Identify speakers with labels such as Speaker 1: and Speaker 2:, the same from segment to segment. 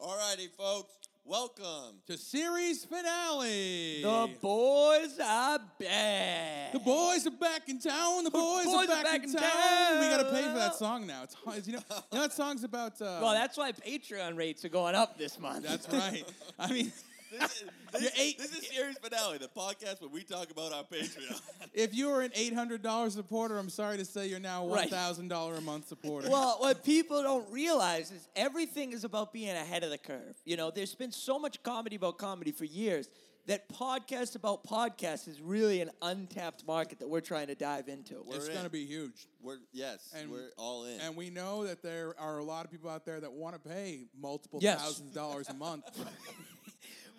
Speaker 1: All righty, folks. Welcome.
Speaker 2: to series finale.
Speaker 3: The boys are back.
Speaker 2: The boys are back in town. The boys,
Speaker 3: boys
Speaker 2: are, back in town. We gotta pay for that
Speaker 3: town.
Speaker 2: song now. It's hard- you know, you know that song's about. Uh,
Speaker 3: Well, that's why Patreon rates are going up this month.
Speaker 2: that's right. I mean,
Speaker 1: This is,
Speaker 2: You're
Speaker 1: this,
Speaker 2: eight-
Speaker 1: this is series finale, the podcast where we talk about our Patreon.
Speaker 2: if you are an eight hundred dollar supporter, I'm sorry to say you're now one
Speaker 3: Right.
Speaker 2: thousand dollar a month supporter.
Speaker 3: Well, what people don't realize is everything is about being ahead of the curve. You know, there's been so much comedy about comedy for years that podcast about podcasts is really an untapped market that we're trying to dive into.
Speaker 2: it's
Speaker 1: we're in.
Speaker 2: gonna be huge,
Speaker 1: we're yes,
Speaker 2: And-
Speaker 1: we're all in.
Speaker 2: and we know that there are a lot of people out there that want to pay multiple
Speaker 3: Yes.
Speaker 2: thousands of dollars a month.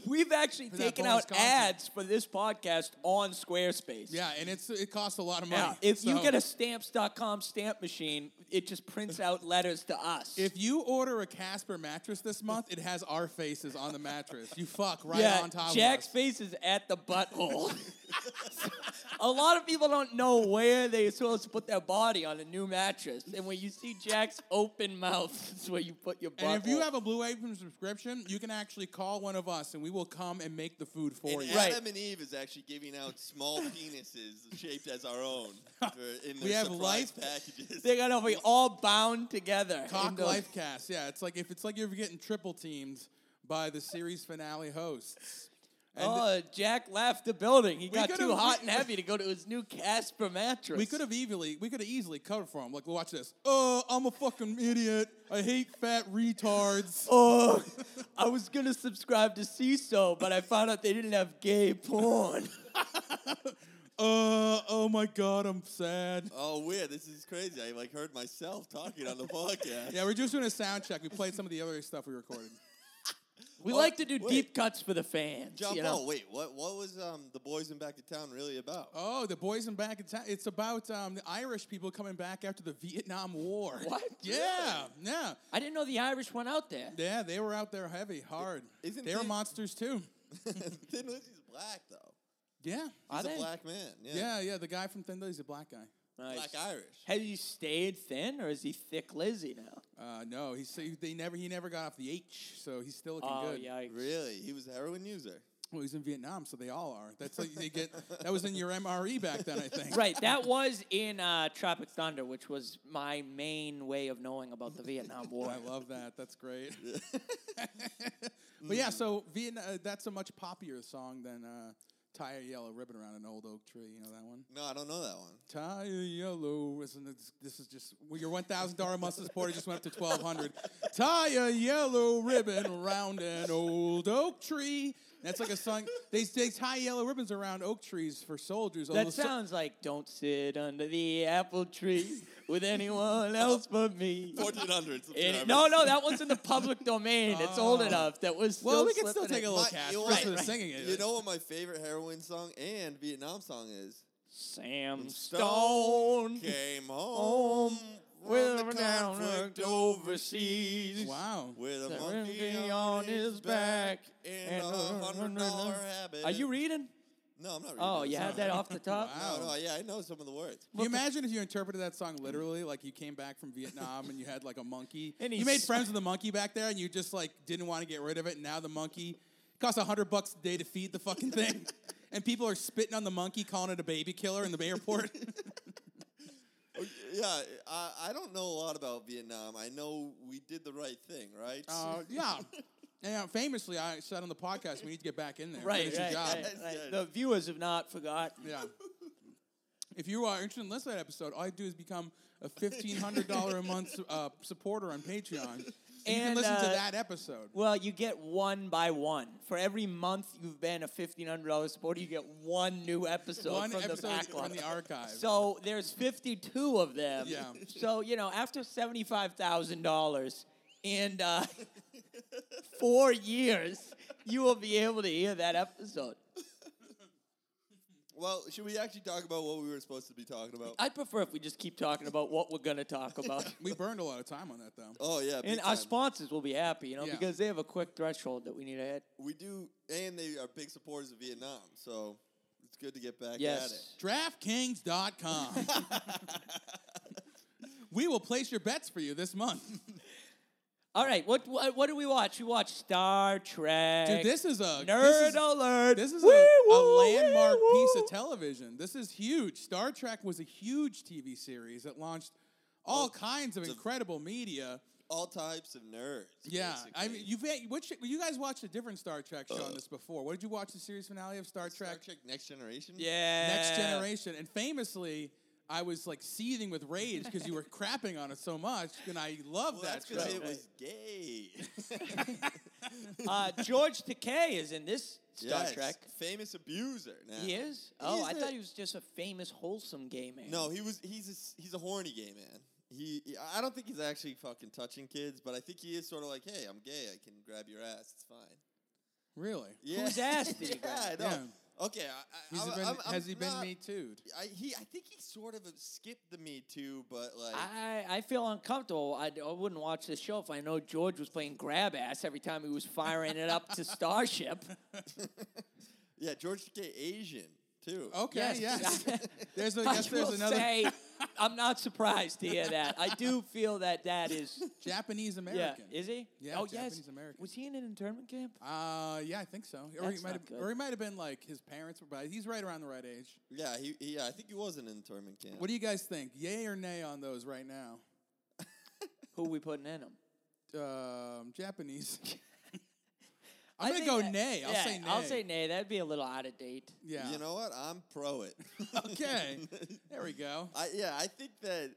Speaker 3: We've actually
Speaker 2: that
Speaker 3: taken
Speaker 2: bonus
Speaker 3: out
Speaker 2: content.
Speaker 3: ads for this podcast on Squarespace.
Speaker 2: yeah, and it's it costs a lot of money.
Speaker 3: Now, if you
Speaker 2: So-
Speaker 3: get a stamps.com stamp machine, it just prints out letters to us.
Speaker 2: If you order a Casper mattress this month, it has our faces on the mattress. You fuck right
Speaker 3: yeah,
Speaker 2: on top
Speaker 3: Jack's
Speaker 2: of us.
Speaker 3: face is at the butthole.
Speaker 2: Oh.
Speaker 3: a lot of people don't know where they're supposed to put their body on a new mattress. And when you see Jack's open mouth, is where you put your butt.
Speaker 2: And if you have a Blue Apron subscription, you can actually call one of us and we will come and make the food for
Speaker 1: and
Speaker 2: you.
Speaker 3: Right.
Speaker 1: Adam and Eve is actually giving out small penises shaped as our own for, in their
Speaker 2: We have
Speaker 1: surprise
Speaker 2: life-
Speaker 1: packages.
Speaker 3: they're gonna be all bound together.
Speaker 2: Cock
Speaker 3: in the-
Speaker 2: Life Cast. Yeah, it's like if it's like you're getting triple teamed by the series finale hosts. And
Speaker 3: Oh, Jack left the building. He got
Speaker 2: could've-
Speaker 3: too hot
Speaker 2: we-
Speaker 3: and heavy to go to his new Casper mattress.
Speaker 2: we could have easily we could have easily covered for him. Like, watch this. Oh, I'm a fucking idiot. I hate fat retards.
Speaker 3: Oh, I was gonna subscribe to CISO, but I found out they didn't have gay porn.
Speaker 2: Uh, oh my god, I'm sad.
Speaker 1: Oh, weird! This is crazy. I like heard myself talking on the podcast.
Speaker 2: Yeah, we're just doing a sound check. We played some of the other stuff we recorded.
Speaker 3: We
Speaker 1: Oh,
Speaker 3: like to do
Speaker 1: wait.
Speaker 3: deep cuts for the fans.
Speaker 1: John
Speaker 3: you know?
Speaker 1: Paul, wait, what? What was um, the boys in back in town really about?
Speaker 2: Oh, the boys in back in town. It's about um, the Irish people coming back after the Vietnam War.
Speaker 3: What?
Speaker 2: Yeah, yeah,
Speaker 3: I didn't know the Irish went out there.
Speaker 2: yeah. They were out there heavy, hard.
Speaker 1: Isn't
Speaker 2: they were
Speaker 1: Vin-
Speaker 2: monsters too.
Speaker 1: Thin Lizzy's black though.
Speaker 2: Yeah,
Speaker 3: Are
Speaker 1: He's a
Speaker 3: they?
Speaker 1: black man. Yeah,
Speaker 2: yeah, yeah. The guy from Thin Lizzy's a black guy.
Speaker 3: Nice.
Speaker 1: black Irish.
Speaker 3: Has he stayed thin, or is he thick Lizzy now?
Speaker 2: Uh, no, he so they never he never got off the H, so he's still looking
Speaker 3: Oh,
Speaker 2: good.
Speaker 3: yikes.
Speaker 1: Really, he was a heroin user.
Speaker 2: Well, he's in Vietnam, so they all are. That's like they get. That was in your MRE back then, I think.
Speaker 3: Right, that was in uh, Tropic Thunder, which was my main way of knowing about the Vietnam War.
Speaker 2: Oh, I love that. That's great. but yeah, so Vietnam. Uh, that's a much poppier song than uh, "Tie a Yellow Ribbon Around an Old Oak Tree." You know that one.
Speaker 1: No, I don't know that one.
Speaker 2: Tie a yellow. Isn't this, this is just well, your one thousand dollar month supporter just went up to twelve hundred. Tie a yellow ribbon around an old oak tree. That's like a song. They, they tie yellow ribbons around oak trees for soldiers. Although
Speaker 3: That
Speaker 2: so-
Speaker 3: sounds like "Don't sit under the apple tree with anyone else but me."
Speaker 1: Fourteen hundred.
Speaker 3: And- no, no, that one's in the public domain. It's old
Speaker 2: Oh.
Speaker 3: enough. That was still
Speaker 2: well, we can still
Speaker 3: slipping
Speaker 2: take
Speaker 3: in.
Speaker 2: a little cash for
Speaker 1: right,
Speaker 2: the
Speaker 1: right.
Speaker 2: singing it.
Speaker 1: You know what my favorite heroin song and Vietnam song is?
Speaker 3: Sam
Speaker 1: Stone
Speaker 3: Stone.
Speaker 1: Came home
Speaker 3: With
Speaker 1: from
Speaker 3: a
Speaker 1: the
Speaker 3: conflict
Speaker 1: conflict
Speaker 3: overseas.
Speaker 2: wow.
Speaker 1: with a
Speaker 3: The
Speaker 1: monkey
Speaker 3: monkey
Speaker 1: on his back and
Speaker 3: and
Speaker 1: a
Speaker 3: a
Speaker 1: hundred
Speaker 3: hundred
Speaker 1: dollar
Speaker 3: dollar-
Speaker 1: habit.
Speaker 3: Are you reading?
Speaker 1: No, I'm not. Reading
Speaker 3: Oh,
Speaker 1: it,
Speaker 3: you had
Speaker 1: sorry.
Speaker 3: that off the top?
Speaker 2: Wow.
Speaker 1: No, no, yeah, I know some of the words.
Speaker 2: Can you imagine if you interpreted that song literally, like you came back from Vietnam and you had like a monkey.
Speaker 3: And
Speaker 2: you
Speaker 3: he's-
Speaker 2: made friends with the monkey back there, and you just like didn't want to get rid of it. And now the monkey it costs a hundred bucks a day to feed the fucking thing, and people are spitting on the monkey, calling it a baby killer in the airport.
Speaker 1: Oh, Yeah, I, I don't know a lot about Vietnam. I know we did the right thing, right?
Speaker 2: uh, yeah. And uh, famously, I said on the podcast, we need to get back in there.
Speaker 3: Right,
Speaker 2: Finish
Speaker 3: right,
Speaker 2: your job.
Speaker 3: right,
Speaker 1: Yes,
Speaker 3: right.
Speaker 1: yes.
Speaker 3: The viewers have not forgotten.
Speaker 2: Yeah. If you uh, are interested in listening to that episode, all you do is become a fifteen hundred dollar a month uh, supporter on Patreon, and, you can
Speaker 3: And,
Speaker 2: listen to
Speaker 3: uh,
Speaker 2: that episode.
Speaker 3: Well, you get one by one. For every month you've been a $1,500 supporter, you get one new episode
Speaker 2: One
Speaker 3: from the
Speaker 2: episode
Speaker 3: backlog.
Speaker 2: from the archive.
Speaker 3: So there's 52 of them.
Speaker 2: Yeah.
Speaker 3: So, you know, after $75,000 and uh, four years, you will be able to hear that episode.
Speaker 1: Well, should we actually talk about what we were supposed to be talking about?
Speaker 3: I'd prefer if we just keep talking about what we're going to talk about.
Speaker 2: We burned a lot of time on that though.
Speaker 1: oh yeah, big
Speaker 3: And our
Speaker 1: time.
Speaker 3: sponsors will be happy, you know,
Speaker 2: Yeah.
Speaker 3: because they have a quick threshold that we need to hit.
Speaker 1: we do, and they are big supporters of Vietnam, so it's good to get back at it.
Speaker 3: Yes.
Speaker 2: DraftKings.com. we will place your bets for you this month.
Speaker 3: All right, what, what what do we watch? We watch Star Trek.
Speaker 2: Dude, this is a
Speaker 3: nerd
Speaker 2: this is-
Speaker 3: alert.
Speaker 2: This is a,
Speaker 3: Woo,
Speaker 2: a
Speaker 3: woo,
Speaker 2: landmark
Speaker 3: woo,
Speaker 2: piece
Speaker 3: woo.
Speaker 2: of television. This is huge. Star Trek was a huge TV series that launched all
Speaker 3: Oh,
Speaker 2: kinds of
Speaker 1: it's a-
Speaker 2: incredible media.
Speaker 1: All types of nerds.
Speaker 2: Yeah, I mean,
Speaker 1: basically.
Speaker 2: you've had, which you guys watched a different Star Trek show
Speaker 3: Uh.
Speaker 2: on this before. What did you watch the series finale of Star
Speaker 1: Star
Speaker 2: Trek?
Speaker 1: Trek Next Generation.
Speaker 3: Yeah.
Speaker 2: Next Generation, and famously. I was like seething with rage because you were crapping on it so much, and I love
Speaker 1: Well,
Speaker 2: that
Speaker 1: that's
Speaker 2: show.
Speaker 1: because
Speaker 3: right.
Speaker 1: it was gay.
Speaker 3: Uh, George Takei is in this Star
Speaker 1: Yes,
Speaker 3: Trek.
Speaker 1: Famous abuser. Now.
Speaker 3: He is. Oh,
Speaker 1: He's
Speaker 3: I
Speaker 1: the-
Speaker 3: thought he was just a famous, wholesome gay man.
Speaker 1: No, he was. He's a, s- he's a horny gay man. He, he- I don't think he's actually fucking touching kids, but I think he is sort of like, hey, I'm gay. I can grab your ass. It's fine.
Speaker 2: Really?
Speaker 1: Yeah.
Speaker 3: Whose ass did he
Speaker 1: yeah,
Speaker 3: grab?
Speaker 1: I know.
Speaker 2: Yeah.
Speaker 1: Okay. I, I,
Speaker 2: He's
Speaker 1: I'm-
Speaker 2: been,
Speaker 1: I'm- I'm
Speaker 2: has he been
Speaker 1: not-
Speaker 2: Me Too'd?
Speaker 1: I, he, I think he sort of skipped the Me Too, but like,
Speaker 3: I, I feel uncomfortable. I, I wouldn't watch this show if I know George was playing grab ass every time he was firing it up to Starship.
Speaker 1: yeah, George Takei Asian too.
Speaker 2: Okay, yes.
Speaker 3: Yes.
Speaker 2: there's a,
Speaker 3: I
Speaker 2: yes, there's
Speaker 3: will
Speaker 2: another
Speaker 3: say, I'm not surprised to hear that. I do feel that that is.
Speaker 2: Japanese
Speaker 3: Yeah,
Speaker 2: American.
Speaker 3: is he?
Speaker 2: Yeah,
Speaker 3: oh yes.
Speaker 2: Japanese American.
Speaker 3: Was he in an internment camp?
Speaker 2: Uh, yeah, I think so. Or he
Speaker 3: That's
Speaker 2: might
Speaker 3: not
Speaker 2: have,
Speaker 3: good.
Speaker 2: or he might have been like his parents were, but he's right around the right age.
Speaker 1: Yeah, he, he, I think he was an internment camp.
Speaker 2: What do you guys think? Yay or nay on those right now?
Speaker 3: Who we putting in him?
Speaker 2: Um, Japanese.
Speaker 3: I
Speaker 2: I'm gonna
Speaker 3: think
Speaker 2: go
Speaker 3: that-
Speaker 2: nay. I'll
Speaker 3: yeah,
Speaker 2: say nay.
Speaker 3: I'll say nay. That'd be a little out of date.
Speaker 2: Yeah.
Speaker 1: You know what? I'm pro it.
Speaker 2: okay. there we go.
Speaker 1: I, yeah, I think that.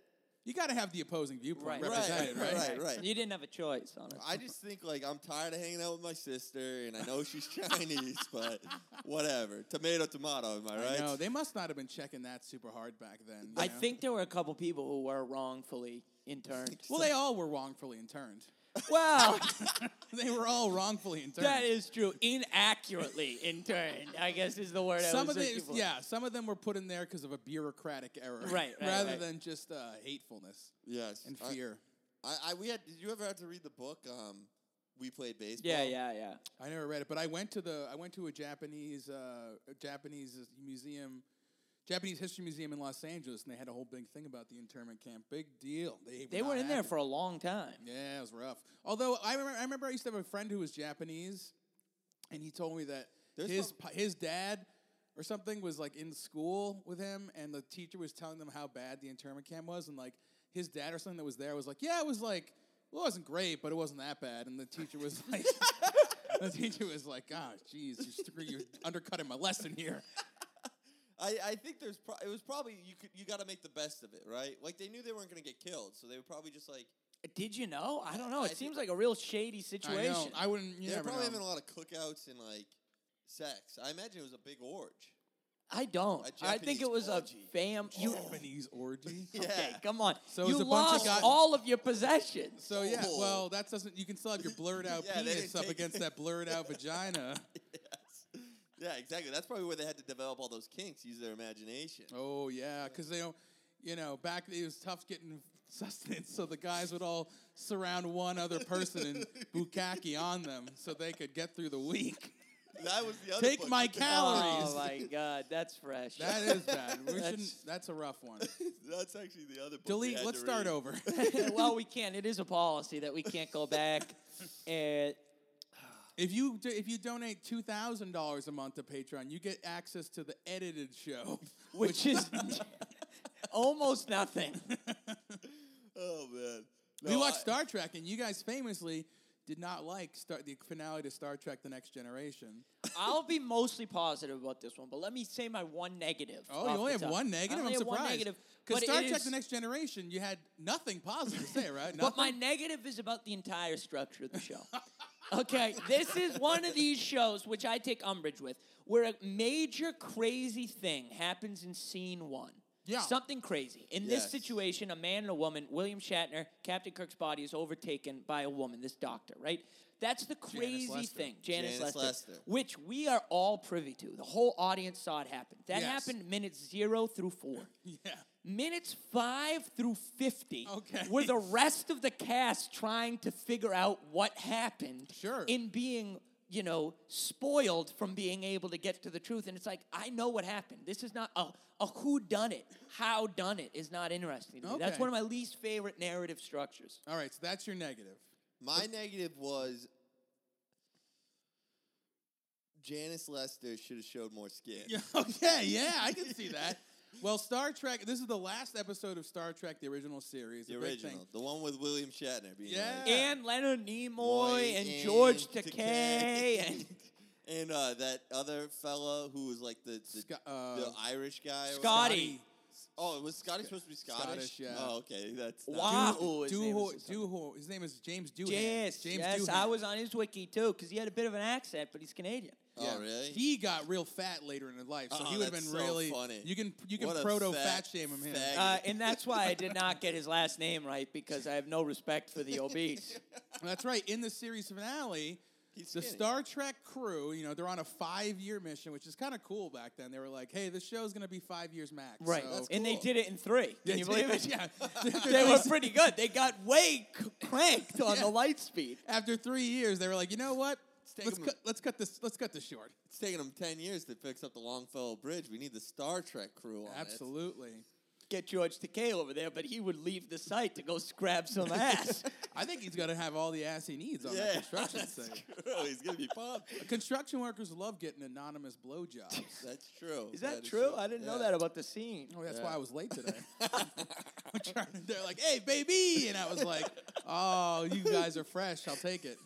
Speaker 2: You got to have the opposing viewpoint
Speaker 3: Right, right,
Speaker 2: represented,
Speaker 1: right, right.
Speaker 3: You didn't have a choice, honestly.
Speaker 1: I just think like I'm tired of hanging out with my sister, and I know she's Chinese, but whatever. Tomato, tomato. Am I right?
Speaker 2: I know they must not have been checking that super hard back then. you
Speaker 3: I
Speaker 2: know?
Speaker 3: think there were a couple people who were wrongfully interned.
Speaker 2: Well, they all were wrongfully interned.
Speaker 3: well,
Speaker 2: they were all wrongfully interned.
Speaker 3: that is true. Inaccurately interned, I guess, is the word. I
Speaker 2: some
Speaker 3: was
Speaker 2: of
Speaker 3: looking
Speaker 2: the
Speaker 3: for.
Speaker 2: yeah, some of them were put in there because of a bureaucratic error,
Speaker 3: Right, right,
Speaker 2: rather
Speaker 3: right.
Speaker 2: than just uh, hatefulness
Speaker 1: Yes.
Speaker 2: and
Speaker 1: I-
Speaker 2: fear.
Speaker 1: I, I, we had. Did you ever have to read the book? Um, we played baseball.
Speaker 3: yeah, yeah, yeah.
Speaker 2: I, never read it, but I went to the I went to a Japanese uh, a Japanese museum, Japanese history museum in Los Angeles, and they had a whole big thing about the internment camp. Big deal. They
Speaker 3: They
Speaker 2: not
Speaker 3: were in there
Speaker 2: happy.
Speaker 3: for a long time.
Speaker 2: Yeah, it was rough. Although I remember, I remember I used to have a friend who was Japanese, and he told me that
Speaker 1: There's
Speaker 2: his
Speaker 1: prob-
Speaker 2: pa- his dad or something was like in school with him, and the teacher was telling them how bad the internment camp was, and like his dad or something that was there was like, yeah, it was like well, it wasn't great, but it wasn't that bad, and the teacher was like. The teacher was like, "Ah, jeez, you're, screw- you're undercutting my lesson here."
Speaker 1: I, I think there's. Pro- it was probably you could. You got to make the best of it, right? Like they knew they weren't going to get killed, so they were probably just like.
Speaker 3: Did you know? I don't know.
Speaker 1: I
Speaker 3: It
Speaker 1: did-
Speaker 3: seems like a real shady
Speaker 2: I know.
Speaker 3: situation.
Speaker 2: I wouldn't. You
Speaker 1: they were
Speaker 2: never
Speaker 1: probably
Speaker 2: know.
Speaker 1: having a lot of cookouts and like sex. I imagine it was a big orgy.
Speaker 3: I don't.
Speaker 1: A
Speaker 3: I think
Speaker 1: Japanese
Speaker 3: it was
Speaker 1: orgy.
Speaker 3: a fam. You,
Speaker 2: Japanese orgy.
Speaker 1: Yeah.
Speaker 3: Okay, come on.
Speaker 2: Oh, So
Speaker 3: you
Speaker 2: it's a bunch of
Speaker 3: lost
Speaker 2: guys-
Speaker 3: all of your possessions.
Speaker 2: So yeah,
Speaker 1: Oh.
Speaker 2: well, that doesn't. You can still have your blurred out
Speaker 1: Yeah, they
Speaker 2: penis
Speaker 1: didn't
Speaker 2: up
Speaker 1: take-
Speaker 2: against that blurred out vagina.
Speaker 1: yes. Yeah, exactly. That's probably where they had to develop all those kinks, use their imagination.
Speaker 2: Oh yeah, because they, don't- you know, back it was tough getting sustenance, so the guys would all surround one other person and bukkake on them, so they could get through the week.
Speaker 1: That was the other.
Speaker 2: Take
Speaker 1: book.
Speaker 2: my
Speaker 3: Oh
Speaker 2: calories.
Speaker 3: my god, that's fresh.
Speaker 2: That is bad. We
Speaker 3: That's-
Speaker 2: shouldn't. That's a rough one.
Speaker 1: That's actually the other. Book we
Speaker 2: Delete.
Speaker 1: had
Speaker 2: Let's
Speaker 1: to
Speaker 2: start
Speaker 1: read.
Speaker 2: over.
Speaker 3: well, we can't. It is a policy that we can't go back. And
Speaker 2: if you do, if you donate two thousand dollars a month to Patreon, you get access to the edited show.
Speaker 3: which is almost nothing.
Speaker 1: Oh man.
Speaker 2: we
Speaker 1: No,
Speaker 2: watched
Speaker 1: I-
Speaker 2: Star Trek, and you guys famously did not like Star, the finale to Star Trek: The Next Generation.
Speaker 3: I'll be mostly positive about this one, but let me say my one negative.
Speaker 2: Oh, you
Speaker 3: off
Speaker 2: only
Speaker 3: the
Speaker 2: have
Speaker 3: top.
Speaker 2: one
Speaker 3: I
Speaker 2: negative.
Speaker 3: only
Speaker 2: I'm
Speaker 3: have
Speaker 2: surprised.
Speaker 3: One negative,
Speaker 2: Because
Speaker 3: but
Speaker 2: Star
Speaker 3: it
Speaker 2: Trek:
Speaker 3: is-
Speaker 2: The Next Generation, you had nothing positive to say, right?
Speaker 3: But my
Speaker 2: Nothing?
Speaker 3: negative is about the entire structure of the show. okay, this is one of these shows which I take umbrage with, where a major crazy thing happens in scene one.
Speaker 2: Yeah.
Speaker 3: Something crazy. In this
Speaker 1: Yes.
Speaker 3: situation, a man and a woman, William Shatner, Captain Kirk's body is overtaken by a woman, this doctor, right? That's the crazy
Speaker 2: Lester.
Speaker 3: thing, Janice,
Speaker 1: Janice
Speaker 3: Lester,
Speaker 1: Lester.
Speaker 3: which we are all privy to. The whole audience saw it happen. That
Speaker 2: Yes.
Speaker 3: happened minutes zero through four.
Speaker 2: yeah,
Speaker 3: Minutes five through fifty
Speaker 2: Okay.
Speaker 3: were the rest of the cast trying to figure out what happened
Speaker 2: Sure.
Speaker 3: in being, you know, spoiled from being able to get to the truth. And it's like, I know what happened. This is not a, a who done it, how done it is not interesting to me. That's
Speaker 2: Okay.
Speaker 3: one of my least favorite narrative structures.
Speaker 2: all right. So that's your negative.
Speaker 1: My negative was Janice Lester should have showed more skin.
Speaker 2: Yeah, okay, yeah, I can see that. Well, Star Trek. This is the last episode of Star Trek, the original series.
Speaker 1: The
Speaker 2: big
Speaker 1: original,
Speaker 2: thing.
Speaker 1: the one with William Shatner being
Speaker 2: Yeah.
Speaker 1: like,
Speaker 3: And Leonard Nimoy
Speaker 1: Boy,
Speaker 3: and, George
Speaker 1: and
Speaker 3: Takei and
Speaker 1: and and, uh, that other fella who was like the the,
Speaker 2: Sc- uh,
Speaker 1: the Irish guy. or-
Speaker 3: Scotty.
Speaker 1: Oh, was Scotty supposed to be Scottish?
Speaker 2: Scottish, yeah.
Speaker 1: Oh, okay. That's not-
Speaker 3: Wow.
Speaker 2: Du-
Speaker 3: his name
Speaker 2: Duho-
Speaker 3: is something.
Speaker 2: Duho- His name is James Doohan.
Speaker 3: Yes,
Speaker 2: James
Speaker 3: yes,
Speaker 2: Doohan.
Speaker 3: I was on his wiki too because he had a bit of an accent, but he's Canadian.
Speaker 1: Oh, really?
Speaker 2: He got real fat later in his life, so
Speaker 1: Oh,
Speaker 2: he would have
Speaker 1: that's
Speaker 2: been
Speaker 1: so
Speaker 2: really
Speaker 1: funny.
Speaker 2: You can you can
Speaker 1: What a
Speaker 2: proto
Speaker 1: fat
Speaker 2: fat, shame him. Here.
Speaker 1: fag.
Speaker 3: Uh, and that's why I did not get his last name right because I have no respect for the obese.
Speaker 2: That's right. In the series finale,
Speaker 1: He's
Speaker 2: the
Speaker 1: skinny.
Speaker 2: Star Trek crew, you know, they're on a five-year mission, which is kind of cool back then. They were like, "Hey, this show's going to be five years max."
Speaker 3: Right.
Speaker 2: so-
Speaker 3: And they did it in three. Can
Speaker 2: They
Speaker 3: you
Speaker 2: did-
Speaker 3: believe it?
Speaker 2: Yeah.
Speaker 3: they were pretty good. They got way c- cranked on
Speaker 2: Yeah.
Speaker 3: the light speed.
Speaker 2: After three years, they were like, "You know what?
Speaker 1: take
Speaker 2: Let's
Speaker 1: them-
Speaker 2: cut, let's cut this. Let's cut this short."
Speaker 1: It's taking him ten years to fix up the Longfellow Bridge. We need the Star Trek crew on it.
Speaker 2: Absolutely.
Speaker 3: Get George Takei over there, but he would leave the site to go scrab some ass.
Speaker 2: I think he's going to have all the ass he needs on
Speaker 1: Yeah,
Speaker 2: that construction
Speaker 1: that's
Speaker 2: site.
Speaker 1: true. He's gonna be pumped.
Speaker 2: Construction workers love getting anonymous blowjobs.
Speaker 1: That's true.
Speaker 3: Is that
Speaker 1: is
Speaker 3: true? I didn't know
Speaker 1: Yeah.
Speaker 3: that about the scene.
Speaker 2: Oh, that's
Speaker 1: Yeah.
Speaker 2: why I was late today. I'm trying to- they're like, "Hey, baby," and I was like, "Oh, you guys are fresh. I'll take it."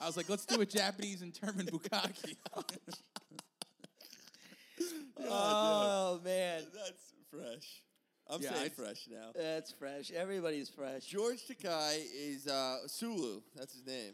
Speaker 2: I was like, "Let's do a Japanese and German bukkake."
Speaker 3: Oh, man.
Speaker 1: That's fresh. I'm
Speaker 2: Yeah,
Speaker 1: saying
Speaker 2: I'd-
Speaker 1: fresh now.
Speaker 3: That's fresh. Everybody's fresh.
Speaker 1: George Takai is uh, Sulu. That's his name.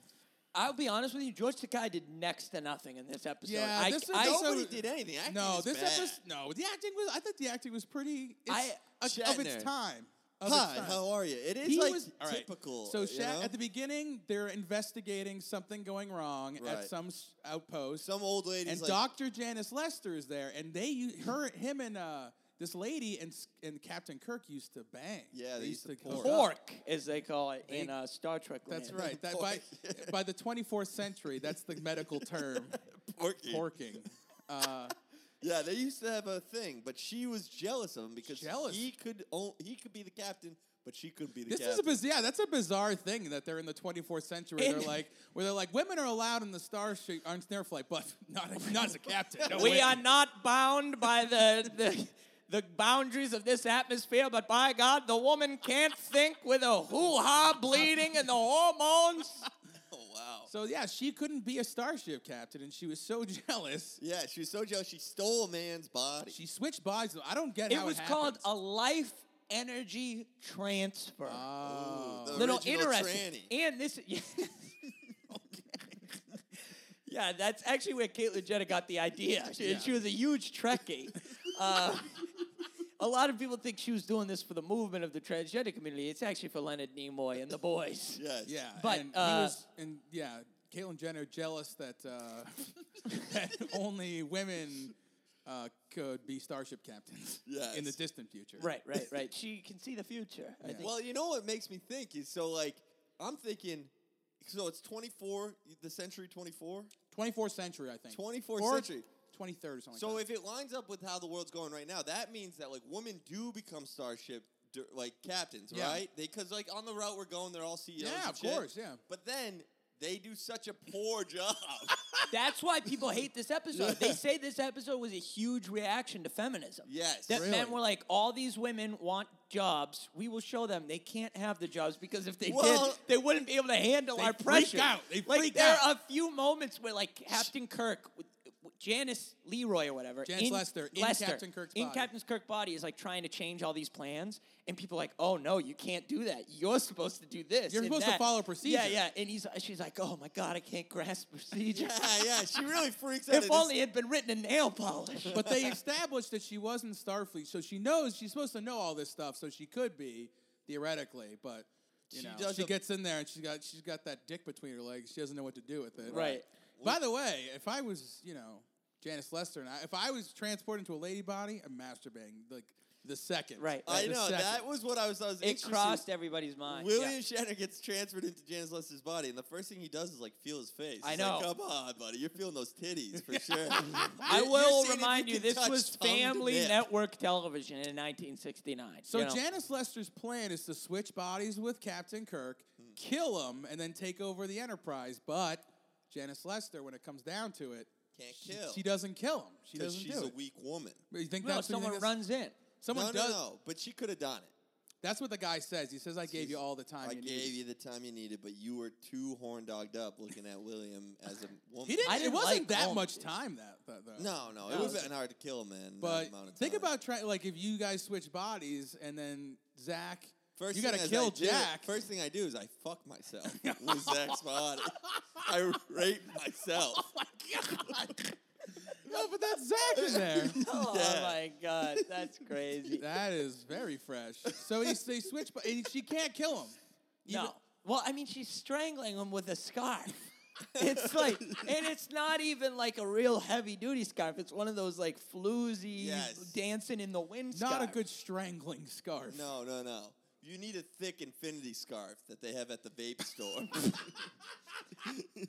Speaker 3: I'll be honest with you. George Takei did next to nothing in this episode.
Speaker 2: Yeah,
Speaker 3: I,
Speaker 2: this
Speaker 3: I,
Speaker 2: episode-
Speaker 1: Nobody did anything. Acting
Speaker 2: no,
Speaker 1: is
Speaker 2: this
Speaker 1: bad.
Speaker 2: episode. No, the acting was. I thought the acting was pretty. It's,
Speaker 3: I-
Speaker 2: a- of
Speaker 1: Shatner.
Speaker 2: its time. Of its
Speaker 1: Hi,
Speaker 2: time.
Speaker 1: how are you? It is
Speaker 2: He
Speaker 1: like
Speaker 2: was all right.
Speaker 1: typical.
Speaker 2: So
Speaker 1: you
Speaker 2: Shat-
Speaker 1: know?
Speaker 2: at the beginning, they're investigating something going wrong
Speaker 1: Right.
Speaker 2: at some s- outpost.
Speaker 1: some old lady
Speaker 2: and
Speaker 1: like,
Speaker 2: Doctor Janice Lester is there, and they, u- her, him, and uh, this lady and s- and Captain Kirk used to bang.
Speaker 1: Yeah, they used to
Speaker 2: hook
Speaker 1: pork.
Speaker 2: up.
Speaker 3: Pork, as they call it in uh, Star Trek.
Speaker 2: That's
Speaker 3: land.
Speaker 2: right. That, by,
Speaker 1: Pork.
Speaker 2: by the 24th century, that's the medical term,
Speaker 1: Porky.
Speaker 2: porking. Uh,
Speaker 1: Yeah, they used to have a thing, but she was jealous of him because
Speaker 2: Jealous.
Speaker 1: he could own, he could be the captain, but she couldn't be the
Speaker 2: this is a
Speaker 1: captain.
Speaker 2: biz- yeah, that's a bizarre thing that they're in the 24th century. They're
Speaker 3: And-
Speaker 2: like where they're like women are allowed in the starship on Snairflight, but not not as a captain. No
Speaker 3: We
Speaker 2: way.
Speaker 3: are not bound by the, the the boundaries of this atmosphere, but by God, the woman can't think with a hoo-ha bleeding and the hormones.
Speaker 1: oh wow.
Speaker 2: So yeah, she couldn't be a starship captain, and she was so jealous.
Speaker 1: yeah, she was so jealous. She stole a man's body.
Speaker 2: She switched bodies. I don't get
Speaker 3: It
Speaker 2: how
Speaker 3: was
Speaker 2: it
Speaker 3: called
Speaker 2: happens.
Speaker 3: a life energy transfer.
Speaker 2: Oh.
Speaker 1: the
Speaker 3: Little
Speaker 1: original
Speaker 3: interesting.
Speaker 1: tranny.
Speaker 3: And this yeah. Yeah, that's actually where Caitlyn Jenner got the idea. She,
Speaker 2: Yeah.
Speaker 3: she was a huge Trekkie. Uh, a lot of people think she was doing this for the movement of the transgender community. It's actually for Leonard Nimoy and the boys.
Speaker 1: Yes.
Speaker 2: Yeah,
Speaker 3: But,
Speaker 2: and
Speaker 3: uh,
Speaker 2: he was, and yeah, Caitlyn Jenner jealous that, uh, that only women uh, could be starship captains in the
Speaker 1: Yes.
Speaker 2: distant future.
Speaker 3: Right, right, right. She can see the future. I think.
Speaker 1: Well, you know what makes me think is so like I'm thinking so it's 24 the century
Speaker 2: Oh
Speaker 1: 24
Speaker 2: twenty fourth century, I think.
Speaker 1: 24th
Speaker 2: Or
Speaker 1: century.
Speaker 2: 23rd or something.
Speaker 1: So
Speaker 2: like
Speaker 1: if it lines up with how the world's going right now, that means that like women do become starship dir- like captains,
Speaker 2: Yeah.
Speaker 1: right? They cuz like on the route we're going they're all CEOs.
Speaker 2: that. yeah,
Speaker 1: and
Speaker 2: of
Speaker 1: shit.
Speaker 2: course, yeah.
Speaker 1: But then they do such a poor job.
Speaker 3: That's why people hate this episode. They say this episode was a huge reaction to feminism.
Speaker 1: yes.
Speaker 3: That men
Speaker 2: Really?
Speaker 3: were like, all these women want jobs. We will show them they can't have the jobs because if they did,
Speaker 1: Well-
Speaker 3: they wouldn't be able to handle
Speaker 2: They
Speaker 3: our
Speaker 2: freak
Speaker 3: pressure.
Speaker 2: out. They
Speaker 3: like,
Speaker 2: freak
Speaker 3: there
Speaker 2: out.
Speaker 3: are a few moments where, like, Captain Kirk, with- with Janice Leroy or whatever,
Speaker 2: Janice Lester, in
Speaker 3: Lester,
Speaker 2: Captain Kirk's
Speaker 3: in
Speaker 2: body.
Speaker 3: Captain Kirk's body is like trying to change all these plans, and people are like, oh no, you can't do that. You're supposed to do this.
Speaker 2: You're
Speaker 3: and
Speaker 2: supposed to
Speaker 3: that."
Speaker 2: follow
Speaker 3: Yeah,
Speaker 2: procedure.
Speaker 3: yeah. And he's, she's like, oh my god, I can't grasp procedure.
Speaker 1: yeah, yeah, she really freaks out. at
Speaker 3: if
Speaker 1: this-
Speaker 3: only it had been written in nail polish.
Speaker 2: But they established that she was in Starfleet, so she knows she's supposed to know all this stuff, so she could be theoretically, but. You
Speaker 1: She
Speaker 2: know,
Speaker 1: does
Speaker 2: she
Speaker 1: a-
Speaker 2: gets in there and she's got she's got that dick between her legs. She doesn't know what to do with it.
Speaker 3: Right.
Speaker 2: By the way, if I was, you know, Janice Lester, and I, if I was transported into a lady body, I'm masturbating like the second.
Speaker 3: Right.
Speaker 1: I
Speaker 2: The
Speaker 1: know
Speaker 2: second.
Speaker 1: that was what I was. I was
Speaker 3: It
Speaker 1: interested-
Speaker 3: crossed everybody's mind.
Speaker 1: William Shatner gets transferred into Janice Lester's body, and the first thing he does is like feel his face.
Speaker 3: I
Speaker 1: He's like,
Speaker 3: know.
Speaker 1: Come on, buddy, you're feeling those titties for sure. You're-
Speaker 3: I
Speaker 1: you're
Speaker 3: will
Speaker 1: seeing if
Speaker 3: remind you,
Speaker 1: can
Speaker 3: this
Speaker 1: touch
Speaker 3: was
Speaker 1: tongue to
Speaker 3: Family
Speaker 1: nip.
Speaker 3: Network television in 1969.
Speaker 2: So
Speaker 3: you know? Mm.
Speaker 2: Janice Lester's plan is to switch bodies with Captain Kirk, kill him and then take over the Enterprise. But Janice Lester, when it comes down to it,
Speaker 1: Can't
Speaker 2: she,
Speaker 1: kill.
Speaker 2: she doesn't kill him. She
Speaker 1: 'cause
Speaker 2: doesn't
Speaker 1: she's
Speaker 2: do
Speaker 1: a
Speaker 2: it.
Speaker 1: weak woman.
Speaker 2: But You think
Speaker 3: No,
Speaker 2: that's you think
Speaker 3: someone
Speaker 2: that's-
Speaker 3: runs in.
Speaker 2: Someone
Speaker 1: no,
Speaker 2: does.
Speaker 1: no, no. But she could have done it.
Speaker 2: That's what the guy says. He says, "I gave you all the time
Speaker 1: I
Speaker 2: you
Speaker 1: gave
Speaker 2: needed."
Speaker 1: you the time you needed, but you were too horn dogged up looking at William as a woman.
Speaker 2: He didn't.
Speaker 3: I
Speaker 2: it
Speaker 3: didn't
Speaker 2: wasn't
Speaker 3: like
Speaker 2: that
Speaker 3: all
Speaker 2: much
Speaker 3: of it.
Speaker 2: time. That, that, that-
Speaker 1: No, no, it
Speaker 3: No,
Speaker 1: was
Speaker 3: it's-
Speaker 1: an hard to kill, man. that
Speaker 2: But
Speaker 1: amount of
Speaker 2: think
Speaker 1: time.
Speaker 2: about trying. Like if you guys switch bodies and then Zach,
Speaker 1: First
Speaker 2: you got
Speaker 1: thing
Speaker 2: to
Speaker 1: as
Speaker 2: kill
Speaker 1: I do-
Speaker 2: Jack.
Speaker 1: first thing I do is I fuck myself with Zach's body. I rape myself.
Speaker 2: no, but that's Zach in there.
Speaker 3: Oh
Speaker 1: Yeah.
Speaker 3: my god, that's crazy.
Speaker 2: that is very fresh. So he, they switch, but and she can't kill him. Even-
Speaker 3: no. Well, I mean, she's strangling him with a scarf. it's like, and it's not even like a real heavy duty scarf. It's one of those like floozy
Speaker 1: Yes.
Speaker 3: dancing in the wind.
Speaker 2: Not a
Speaker 3: scarf.
Speaker 2: good strangling scarf.
Speaker 1: No, no, no. You need a thick infinity scarf that they have at the vape store.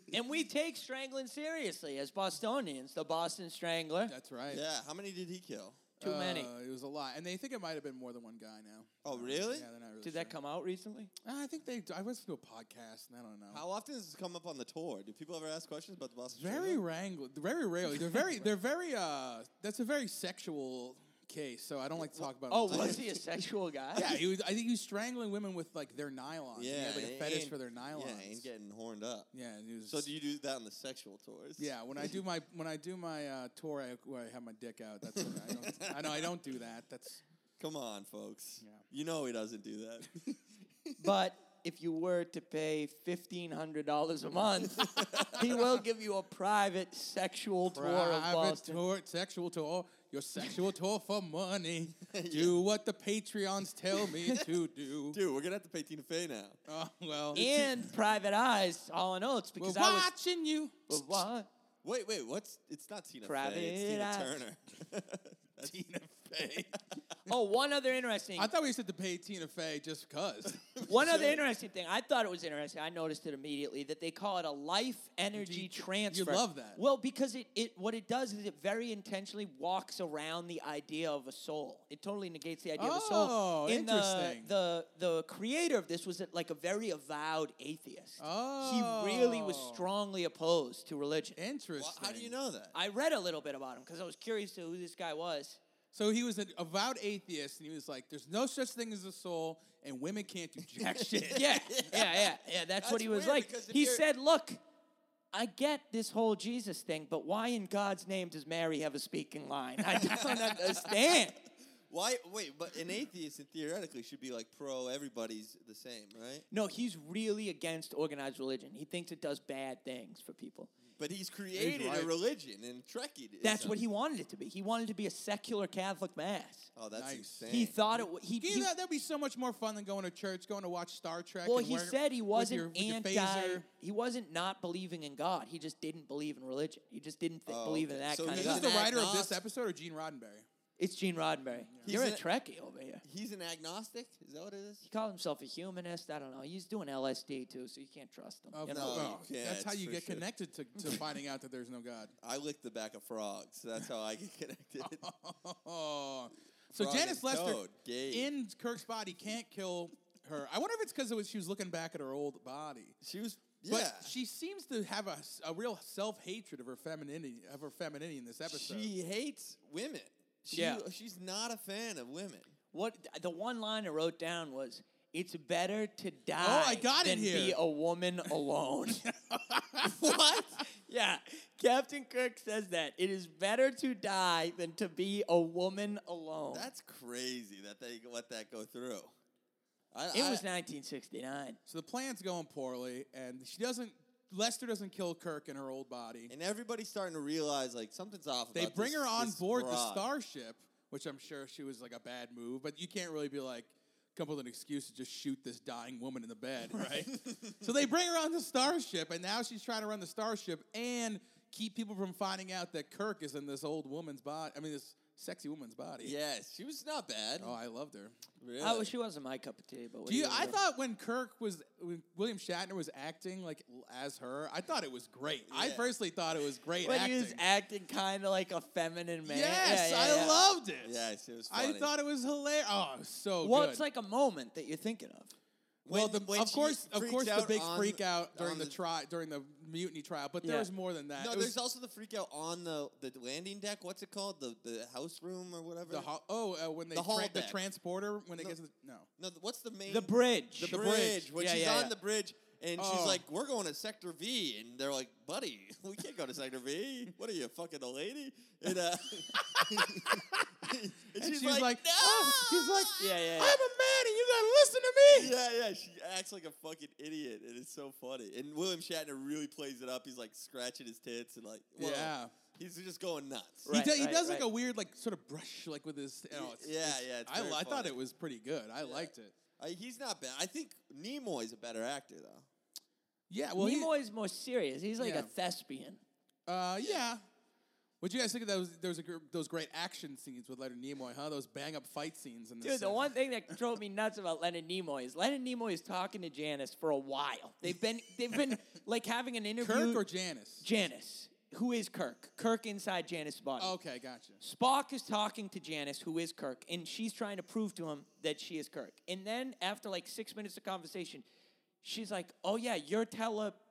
Speaker 3: And we take strangling seriously as Bostonians. The Boston Strangler.
Speaker 2: That's right.
Speaker 1: yeah, how many did he kill?
Speaker 3: Too many.
Speaker 2: Uh, It was a lot, and they think it might have been more than one guy now.
Speaker 1: Oh, really?
Speaker 2: Yeah, they're not really.
Speaker 3: Did
Speaker 2: sure.
Speaker 3: that come out recently?
Speaker 2: Uh, I think they. I listened to a podcast, and I don't know.
Speaker 1: How often does this come up on the tour? Do people ever ask questions about the Boston?
Speaker 2: Very
Speaker 1: Strangler?
Speaker 2: wrangle, very rarely. They're very, they're very. Uh, that's a very sexual case, so I don't like to talk about. it.
Speaker 3: Oh,
Speaker 2: on the
Speaker 3: was
Speaker 2: podcast.
Speaker 3: he a sexual guy?
Speaker 2: Yeah, he was, I think he was strangling women with like their nylons. he had like a
Speaker 1: and-
Speaker 2: fetish
Speaker 1: and-
Speaker 2: for their nylons.
Speaker 1: Yeah, and getting horned up.
Speaker 2: yeah, and he was.
Speaker 1: So do you do that on the sexual tours?
Speaker 2: yeah, when I do my when I do my uh, tour, I, where I have my dick out. That's what I don't. I know I don't do that. That's
Speaker 1: Come on, folks.
Speaker 2: Yeah.
Speaker 1: You know he doesn't do that.
Speaker 3: But if you were to pay fifteen hundred dollars a month, he will give you a private sexual tour of
Speaker 2: private
Speaker 3: Boston.
Speaker 2: tour, sexual tour, your sexual tour for money. Do what the Patreons tell me to do.
Speaker 1: Dude, we're gonna have to pay Tina Fey now.
Speaker 2: Oh well,
Speaker 3: And private eyes, all in all, it's
Speaker 2: we're
Speaker 3: because I was.
Speaker 2: watching you.
Speaker 3: Well, what?
Speaker 1: Wait, wait, what's it's not Tina Fey, it's
Speaker 3: Private
Speaker 1: Tina
Speaker 3: Eye.
Speaker 1: Turner. That's-
Speaker 2: Tina Fey.
Speaker 3: Oh, one other interesting,
Speaker 2: I thought we said to pay Tina Fey just because.
Speaker 3: one other interesting thing. I thought it was interesting. I noticed it immediately that they call it a life energy transfer.
Speaker 2: love that.
Speaker 3: Well, because it, it what it does is it very intentionally walks around the idea of a soul. It totally negates the idea of a soul.
Speaker 2: Oh,
Speaker 3: And the-
Speaker 2: interesting.
Speaker 3: The, the creator of this was like a very avowed atheist.
Speaker 2: oh,
Speaker 3: He really was strongly opposed to religion.
Speaker 2: Interesting.
Speaker 1: Wha- how do you know that?
Speaker 3: I read a little bit about him because I was curious to who this guy was.
Speaker 2: So he was an avowed atheist, and he was like, "There's no such thing as a soul, and women can't do jack shit."
Speaker 3: yeah, yeah, yeah, yeah. That's, what
Speaker 1: That's
Speaker 3: he was
Speaker 1: weird
Speaker 3: like.
Speaker 1: because if
Speaker 3: He
Speaker 1: you're-
Speaker 3: said, "Look, I get this whole Jesus thing, but why in God's name does Mary have a speaking line? I don't understand."
Speaker 1: Why wait, but an atheist and theoretically should be like pro everybody's the same, right?
Speaker 3: No, he's really against organized religion. He thinks it does bad things for people.
Speaker 1: But he's created
Speaker 2: right.
Speaker 1: a religion and Oh, trekkied it.
Speaker 3: That's what he wanted it to be. He wanted to be a secular Catholic mass.
Speaker 1: Oh, that's
Speaker 2: Nice.
Speaker 1: insane.
Speaker 3: He thought it. w- He,
Speaker 2: You
Speaker 3: he-
Speaker 2: know, that'd be so much more fun than going to church, going to watch Star Trek.
Speaker 3: well,
Speaker 2: and
Speaker 3: he
Speaker 2: wearing-
Speaker 3: said he
Speaker 2: with
Speaker 3: wasn't
Speaker 2: your- with your
Speaker 3: anti.
Speaker 2: phaser.
Speaker 3: He wasn't not believing in God. He just didn't believe in religion. He just didn't thi-
Speaker 1: Oh,
Speaker 3: believe in
Speaker 1: okay.
Speaker 3: that
Speaker 1: So
Speaker 3: kind
Speaker 2: Is
Speaker 3: of
Speaker 1: he's
Speaker 2: this
Speaker 3: God.
Speaker 1: an
Speaker 2: the writer of this
Speaker 1: agnostic.
Speaker 2: episode or Gene Roddenberry?
Speaker 3: It's Gene Roddenberry.
Speaker 1: He's
Speaker 3: You're a
Speaker 1: an-
Speaker 3: Trekkie over here.
Speaker 1: he's an agnostic? Is that what it is?
Speaker 3: He called himself a humanist. I don't know. He's doing LSD too, so you can't trust him.
Speaker 2: Of
Speaker 3: you know?
Speaker 1: no.
Speaker 2: course.
Speaker 1: yeah,
Speaker 2: Oh, that's how
Speaker 1: it's
Speaker 2: you
Speaker 1: for
Speaker 2: get
Speaker 1: sure.
Speaker 2: connected to, to finding out that there's no God.
Speaker 1: I licked the back of frogs, so that's how I get connected.
Speaker 2: Oh. So
Speaker 1: Frog
Speaker 2: Janice
Speaker 1: and
Speaker 2: Lester
Speaker 1: Toad, gay.
Speaker 2: in Kirk's body can't kill her. I wonder if it's because it was she was looking back at her old body.
Speaker 1: she was yeah.
Speaker 2: But she seems to have a, s- a real self hatred of her femininity of her femininity in this episode.
Speaker 1: She hates women. She,
Speaker 3: Yeah.
Speaker 1: She's not a fan of women.
Speaker 3: What the one line I wrote down was, "It's better to die
Speaker 2: Oh, I got it
Speaker 3: than be
Speaker 2: here.
Speaker 3: a woman alone."
Speaker 1: what?
Speaker 3: yeah, Captain Kirk says that it is better to die than to be a woman alone.
Speaker 1: That's crazy that they let that go through. I,
Speaker 3: it
Speaker 1: I-
Speaker 3: was 1969.
Speaker 2: so the plan's going poorly, and she doesn't. Lester doesn't kill Kirk in her old body.
Speaker 1: and everybody's starting to realize like something's off.
Speaker 2: They
Speaker 1: about
Speaker 2: bring
Speaker 1: this-
Speaker 2: her on
Speaker 1: this
Speaker 2: board the
Speaker 1: broad.
Speaker 2: starship, which I'm sure she was like a bad move, but you can't really be like come up with an excuse to just shoot this dying woman in the bed, right? so they bring her on the starship, and now she's trying to run the starship and keep people from finding out that Kirk is in this old woman's body. I mean, this sexy woman's body.
Speaker 1: Yes, she was not bad.
Speaker 2: Oh, I loved her.
Speaker 1: really?
Speaker 3: Oh, she wasn't my cup of tea, but what
Speaker 2: Do
Speaker 3: are
Speaker 2: you,
Speaker 3: gonna
Speaker 2: I
Speaker 3: do?
Speaker 2: thought when Kirk was when William Shatner was acting like l- as her, I thought it was great. I
Speaker 1: Yeah.
Speaker 2: personally thought it was great
Speaker 3: when
Speaker 2: acting.
Speaker 3: he was acting kind of like a feminine man.
Speaker 2: yes,
Speaker 3: Yeah, yeah,
Speaker 2: I
Speaker 3: yeah.
Speaker 2: loved it.
Speaker 1: yes, it was.
Speaker 2: I
Speaker 1: funny.
Speaker 2: thought it was hilarious. Oh, it was so
Speaker 3: Well,
Speaker 2: good.
Speaker 3: it's like a moment that you're thinking of.
Speaker 2: Well,
Speaker 1: When-
Speaker 2: the,
Speaker 1: when
Speaker 2: of
Speaker 1: she
Speaker 2: course, of
Speaker 1: freaks
Speaker 2: course, the
Speaker 1: out
Speaker 2: big
Speaker 1: on-
Speaker 2: freak out during
Speaker 1: on
Speaker 2: the,
Speaker 1: the-
Speaker 2: trial, during the mutiny trial, but
Speaker 3: Yeah.
Speaker 2: there was more than that.
Speaker 1: No,
Speaker 2: It
Speaker 1: there's
Speaker 2: was
Speaker 1: also the freak out on the, the landing deck. What's it called? The the house room or whatever.
Speaker 2: the ho- oh, uh, when they
Speaker 1: The hall
Speaker 2: tra- the
Speaker 1: deck.
Speaker 2: transporter when they
Speaker 1: No.
Speaker 2: get to the no.
Speaker 1: no, th- what's the main?
Speaker 3: The bridge.
Speaker 1: The bridge. When
Speaker 3: Yeah,
Speaker 1: she's
Speaker 3: yeah,
Speaker 1: on
Speaker 3: yeah.
Speaker 1: the bridge and
Speaker 2: Oh.
Speaker 1: she's like, "We're going to Sector V," and they're like, "Buddy, we can't go to Sector V. What are you fucking a lady?" And, uh, and,
Speaker 2: And she's, like,
Speaker 1: "No."
Speaker 2: "Oh," she's like,
Speaker 3: Yeah, yeah,
Speaker 2: I'm a
Speaker 3: yeah.
Speaker 2: man and you gotta listen to me.
Speaker 1: Yeah, yeah, she acts like a fucking idiot, and it's so funny. And William Shatner really plays it up. He's like scratching his tits and like, well,
Speaker 2: Yeah.
Speaker 1: he's just going nuts.
Speaker 3: Right,
Speaker 2: he, do- he
Speaker 3: right,
Speaker 2: does like
Speaker 3: right.
Speaker 2: a weird like sort of brush like with his. You know, it's,
Speaker 1: Yeah,
Speaker 2: it's-
Speaker 1: yeah, it's
Speaker 2: I,
Speaker 1: very
Speaker 2: li- I thought
Speaker 1: funny.
Speaker 2: it was pretty good. I liked it.
Speaker 1: Uh, he's not bad. I think Nimoy's a better actor though.
Speaker 2: Yeah, well, he-
Speaker 3: Nimoy's more serious. He's like
Speaker 2: Yeah.
Speaker 3: a thespian.
Speaker 2: Uh, yeah. What you guys think of those those gr- those great action scenes with Leonard Nimoy? Huh? Those bang up fight scenes in this.
Speaker 3: Dude, the
Speaker 2: uh,
Speaker 3: one thing that drove me nuts about Leonard Nimoy is Leonard Nimoy is talking to Janice for a while. They've been they've been like having an interview.
Speaker 2: Kirk or Janice?
Speaker 3: Janice? Who is Kirk? Kirk inside Janice's body.
Speaker 2: okay, gotcha.
Speaker 3: Spock is talking to Janice, who is Kirk, and she's trying to prove to him that she is Kirk. And then after like six minutes of conversation, she's like, "Oh yeah, you're telepathic.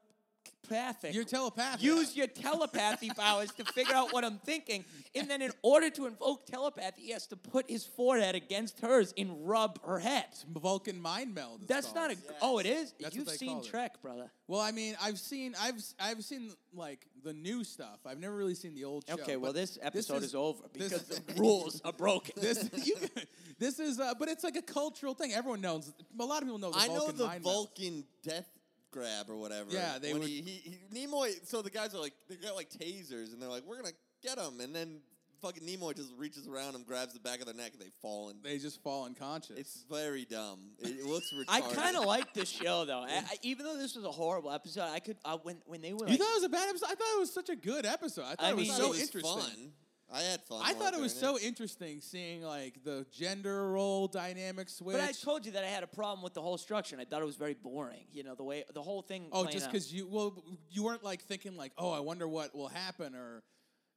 Speaker 2: You're telepathic.
Speaker 3: Use your telepathy powers to figure out what I'm thinking." And then in order to invoke telepathy, he has to put his forehead against hers and rub her head.
Speaker 2: Vulcan mind meld. it's
Speaker 3: That's
Speaker 2: called.
Speaker 3: not a. Oh, it is.
Speaker 2: That's what
Speaker 3: You've
Speaker 2: they
Speaker 3: seen
Speaker 2: call it.
Speaker 3: Trek, brother.
Speaker 2: Well, I mean, I've seen, I've, s- I've seen like the new stuff. I've never really seen the old show.
Speaker 3: okay, well
Speaker 2: but
Speaker 3: this episode is, over
Speaker 2: this-
Speaker 3: because the rules are broken.
Speaker 2: This, you, this is, uh, but it's like a cultural thing. Everyone knows. A lot of people know the
Speaker 1: I know
Speaker 2: Vulcan
Speaker 1: the
Speaker 2: mind meld.
Speaker 1: Vulcan death grab or whatever.
Speaker 2: Yeah, they
Speaker 1: when
Speaker 2: would-
Speaker 1: He, he, he, Nimoy. So the guys are like, they got like tasers, and they're like, "We're gonna get him," and then fucking Nimoy just reaches around and grabs the back of their neck, and they fall. And
Speaker 2: They just fall unconscious.
Speaker 1: it's very dumb. It, it looks retarded.
Speaker 3: I kind of like this show though. I, I, even though this was a horrible episode, I could I, when when they were
Speaker 2: you
Speaker 3: like,
Speaker 2: thought it was a bad episode? I thought it was such a good episode. I thought
Speaker 3: I
Speaker 2: it was
Speaker 3: mean,
Speaker 1: Thought
Speaker 2: so
Speaker 1: it was
Speaker 2: interesting.
Speaker 1: Fun. I had fun.
Speaker 2: I
Speaker 1: while
Speaker 2: thought it was
Speaker 1: doing
Speaker 2: so interesting seeing like the gender role dynamic switch.
Speaker 3: but I told you that I had a problem with the whole structure, and I thought it was very boring. You know the way the whole thing.
Speaker 2: oh,
Speaker 3: playing
Speaker 2: just
Speaker 3: out.
Speaker 2: because you well, you weren't like thinking like, oh, I wonder what will happen, or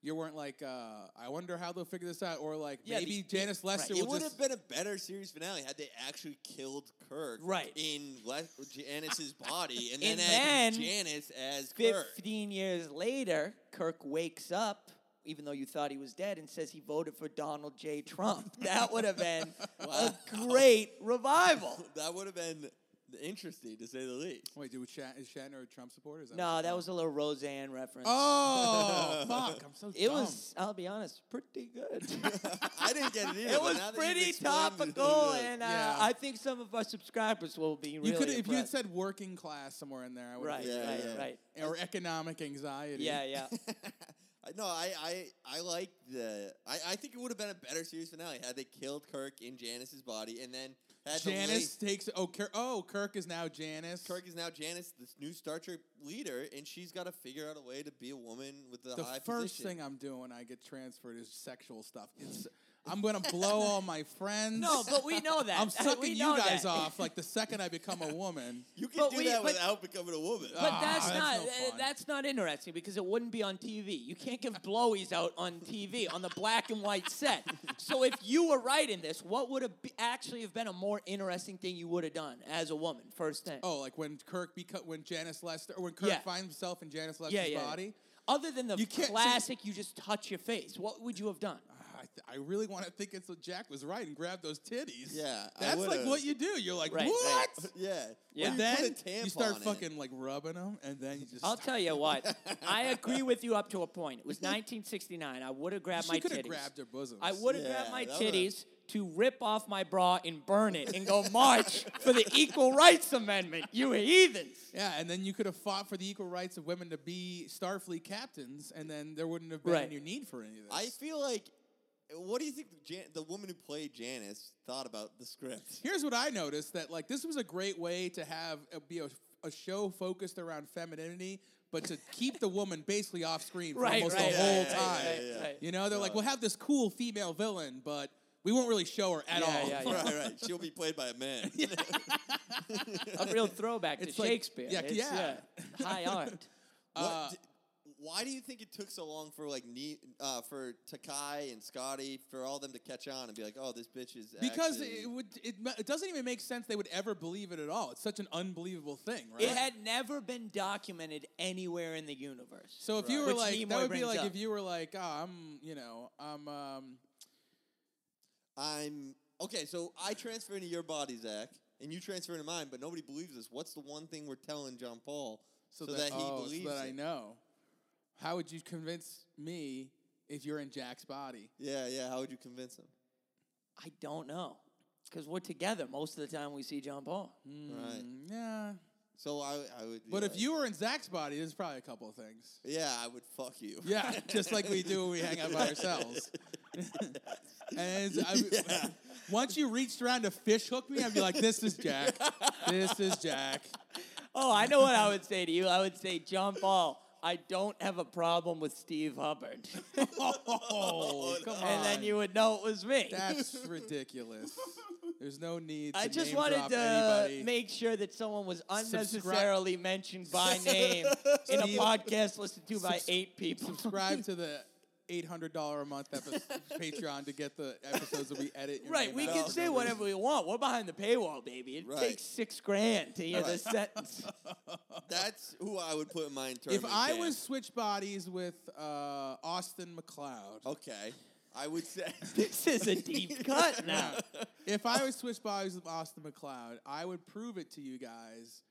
Speaker 2: you weren't like, uh, I wonder how they'll figure this out, or like
Speaker 3: Yeah, the-
Speaker 2: maybe
Speaker 3: the-
Speaker 2: Janice Lester
Speaker 1: It,
Speaker 2: will
Speaker 1: would
Speaker 2: just.
Speaker 1: have been a better series finale had they actually killed Kirk
Speaker 3: Right.
Speaker 1: in Le- Janice's body, and then,
Speaker 3: And
Speaker 1: had
Speaker 3: then-
Speaker 1: Janice as Kirk.
Speaker 3: fifteen years later, Kirk wakes up. Even though you thought he was dead, and says he voted for Donald J. Trump, that would have been
Speaker 1: Wow.
Speaker 3: a great revival.
Speaker 1: That would have been interesting to say the least.
Speaker 2: Wait, dude, was Shat- is Shatner a Trump supporter? Is that
Speaker 3: No,
Speaker 2: what-
Speaker 3: that was a little Roseanne reference.
Speaker 2: Oh fuck! I'm so.
Speaker 3: it
Speaker 2: dumb.
Speaker 3: was. I'll be honest, pretty good.
Speaker 1: I didn't get it either.
Speaker 3: It
Speaker 1: but
Speaker 3: was
Speaker 1: now that you've
Speaker 3: pretty
Speaker 1: explained it,
Speaker 3: topical, and uh,
Speaker 2: Yeah.
Speaker 3: I think some of our subscribers will be really
Speaker 2: You could if you had
Speaker 3: impressed.
Speaker 2: said working class somewhere in there, I would
Speaker 3: right,
Speaker 1: Yeah,
Speaker 3: right,
Speaker 1: yeah.
Speaker 3: right.
Speaker 2: Or economic anxiety.
Speaker 3: Yeah, yeah.
Speaker 1: I- no, I, I, I like the. I, I think it would have been a better series finale had they killed Kirk in Janice's body, and then had the
Speaker 2: Janice takes. Oh, Kirk, oh, Kirk is now Janice.
Speaker 1: la- Kirk is now Janice, this new Star Trek leader, and she's got to figure out a way to be a woman with a
Speaker 2: the
Speaker 1: high
Speaker 2: first
Speaker 1: position.
Speaker 2: thing I'm doing when I get transferred is sexual stuff. It's, I'm gonna blow all my friends.
Speaker 3: No, but we know that.
Speaker 2: I'm
Speaker 3: We
Speaker 2: sucking you
Speaker 3: know
Speaker 2: guys
Speaker 3: that.
Speaker 2: off. Like the second I become a woman,
Speaker 1: you can
Speaker 3: but
Speaker 1: do
Speaker 3: we-
Speaker 1: that
Speaker 3: but-
Speaker 1: without becoming a woman.
Speaker 3: But
Speaker 2: Ah,
Speaker 3: that's,
Speaker 2: that's
Speaker 3: not
Speaker 2: no
Speaker 3: uh,
Speaker 2: fun.
Speaker 3: that's not interesting because it wouldn't be on TV. You can't give blowies out on TV on the black and white set. So if you were right in this, what would have be- actually have been a more interesting thing you would have done as a woman? First thing.
Speaker 2: oh, like when Kirk beco- when Janice Lester or when Kirk
Speaker 3: Yeah.
Speaker 2: finds himself in Janice Lester's
Speaker 3: yeah, yeah.
Speaker 2: body.
Speaker 3: Other than the
Speaker 2: You can't- so you-
Speaker 3: classic, you just touch your face. What would you have done?
Speaker 2: ah, I, th- I really want to think it's what Jack was right and grab those titties.
Speaker 1: Yeah, I
Speaker 2: that's like
Speaker 1: would've.
Speaker 2: what you do. You're like,
Speaker 3: Right, right.
Speaker 2: what?
Speaker 1: yeah. Well,
Speaker 3: Yeah.
Speaker 1: you
Speaker 2: Then
Speaker 1: put a tampon
Speaker 2: you start
Speaker 1: in.
Speaker 2: fucking like rubbing them, and then you just.
Speaker 3: I'll
Speaker 2: start-
Speaker 3: tell you what. I agree with you up to a point. It was 1969. I would have grabbed
Speaker 2: She
Speaker 3: my
Speaker 2: could
Speaker 3: titties.
Speaker 2: have grabbed her bosoms.
Speaker 3: I would have
Speaker 1: Yeah,
Speaker 3: grabbed my
Speaker 1: that would've-
Speaker 3: titties to rip off my bra and burn it and go march for the Equal Rights Amendment. You heathens.
Speaker 2: Yeah, and then you could have fought for the equal rights of women to be Starfleet captains, and then there wouldn't have been
Speaker 3: Right.
Speaker 2: any need for any of this.
Speaker 1: I feel like. What do you think Jan- the woman who played Janice thought about the script?
Speaker 2: Here's what I noticed: that like this was a great way to have a, be a, a show focused around femininity, but to keep the woman basically off screen for
Speaker 3: Right,
Speaker 2: almost
Speaker 3: right,
Speaker 2: the whole
Speaker 1: right, right,
Speaker 2: time.
Speaker 1: right,
Speaker 3: right.
Speaker 2: You know, they're like, we'll have this cool female villain, but we won't really show her at
Speaker 3: Yeah,
Speaker 2: all.
Speaker 3: yeah, yeah.
Speaker 1: right, right. She'll be played by a man.
Speaker 3: A real throwback to
Speaker 2: It's like-
Speaker 3: Shakespeare.
Speaker 2: yeah,
Speaker 3: It's,
Speaker 2: yeah.
Speaker 3: High art.
Speaker 1: What
Speaker 2: Uh,
Speaker 1: d- why why do you think it took so long for like Ne- uh, for Takai and Scotty for all them to catch on and be like, oh, this bitch is
Speaker 2: Because
Speaker 1: actually-
Speaker 2: it would it, ma- it doesn't even make sense they would ever believe it at all. It's such an unbelievable thing, right?
Speaker 3: It had never been documented anywhere in the universe.
Speaker 2: so if you
Speaker 3: Right.
Speaker 2: were
Speaker 3: Which
Speaker 2: like
Speaker 3: Nimoy
Speaker 2: that would be
Speaker 3: brings
Speaker 2: like
Speaker 3: up.
Speaker 2: if you were like, oh, I'm you know, I'm um
Speaker 1: I'm okay. So I transfer into your body, Zach, and you transfer into mine, but nobody believes this. What's the one thing we're telling John Paul so, that, he
Speaker 2: oh,
Speaker 1: believes?
Speaker 2: so that I
Speaker 1: it?
Speaker 2: know. How would you convince me if you're in Jack's body?
Speaker 1: Yeah, yeah. How would you convince him?
Speaker 3: I don't know. Because we're together most of the time we see John Paul.
Speaker 1: Right.
Speaker 2: Mm, Yeah.
Speaker 1: So I, I would. be
Speaker 2: But if
Speaker 1: like,
Speaker 2: you were in Zach's body, there's probably a couple of things.
Speaker 1: yeah, I would fuck you.
Speaker 2: Yeah, just like we do when we hang out by ourselves. and it's- I-
Speaker 1: Yeah.
Speaker 2: once you reached around to fish hook me, I'd be like, "This is Jack. this is Jack."
Speaker 3: Oh, I know what I would say to you. I would say, John Paul, I don't have a problem with Steve Hubbard.
Speaker 2: Oh, come on!
Speaker 3: and then you would know it was me.
Speaker 2: That's ridiculous. There's no need. To
Speaker 3: I just
Speaker 2: name
Speaker 3: wanted
Speaker 2: drop
Speaker 3: to
Speaker 2: anybody.
Speaker 3: make sure that someone was
Speaker 2: Subscri-
Speaker 3: unnecessarily mentioned by name in a
Speaker 2: Steve-
Speaker 3: podcast listened to by
Speaker 2: Subs-
Speaker 3: eight people.
Speaker 2: subscribe to the eight hundred dollar a month episode, Patreon to get the episodes that we edit. and
Speaker 3: Right, we
Speaker 2: remove
Speaker 3: can
Speaker 2: for
Speaker 3: say
Speaker 2: no
Speaker 3: whatever we want. We're behind the paywall, baby. It
Speaker 1: Right.
Speaker 3: takes six grand to hear this sentence.
Speaker 1: That's who I would put in my
Speaker 2: reason.
Speaker 1: internment.
Speaker 2: If I
Speaker 1: camp.
Speaker 2: was switch bodies with uh, Austin McLeod,
Speaker 1: okay, I would say.
Speaker 3: This is a deep cut now.
Speaker 2: if I was switch bodies with Austin McLeod, I would prove it to you guys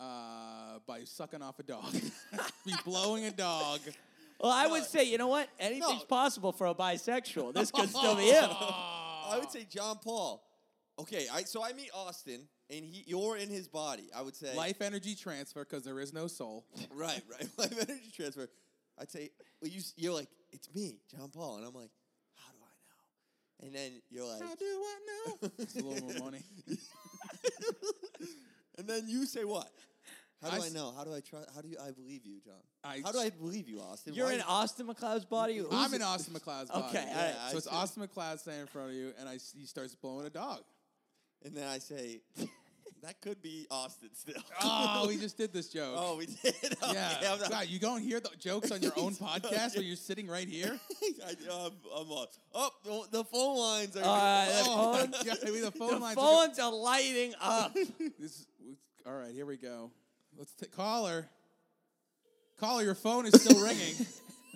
Speaker 2: uh, by sucking off a dog, be blowing a dog.
Speaker 3: Well, I would say, you know what? Anything's possible for a bisexual. This could still be him.
Speaker 1: I would say John Paul. Okay, I so I meet Austin, and he you're in his body. I would say
Speaker 2: Life energy transfer because there is no soul.
Speaker 1: Right, right. Life energy transfer. I'd say, well, you, s- you're like, it's me, John Paul. And I'm like, how do I know? And then you're like,
Speaker 2: How do I know? It's a little more money.
Speaker 1: and then you say what? How do
Speaker 2: I
Speaker 1: I,
Speaker 2: s-
Speaker 1: know? How do I try? How do you, I believe you, John?
Speaker 2: I
Speaker 1: how do I believe you, Austin?
Speaker 3: You're
Speaker 1: Why-
Speaker 3: in Austin McLeod's body. Who's
Speaker 2: I'm
Speaker 3: it?
Speaker 2: in Austin McLeod's body.
Speaker 3: Okay,
Speaker 1: Yeah, I
Speaker 2: so it's
Speaker 1: see.
Speaker 2: Austin McLeod standing in front of you, and I s- he starts blowing a dog.
Speaker 1: And then I say, that could be Austin still.
Speaker 2: Oh, we just did this joke.
Speaker 1: oh, we did. Okay,
Speaker 2: yeah.
Speaker 1: I'm not-
Speaker 2: God, you don't hear the jokes on your own podcast where you're sitting right here.
Speaker 1: I, am I'm off. Oh, the, the phone lines are.
Speaker 3: All right, the
Speaker 1: oh,
Speaker 2: Oh,
Speaker 3: phone-
Speaker 2: God, I mean, the phone
Speaker 3: The
Speaker 2: lines. are go-
Speaker 3: phones are lighting up.
Speaker 2: This, all right, here we go. Let's t- call her. Caller, your phone is still ringing.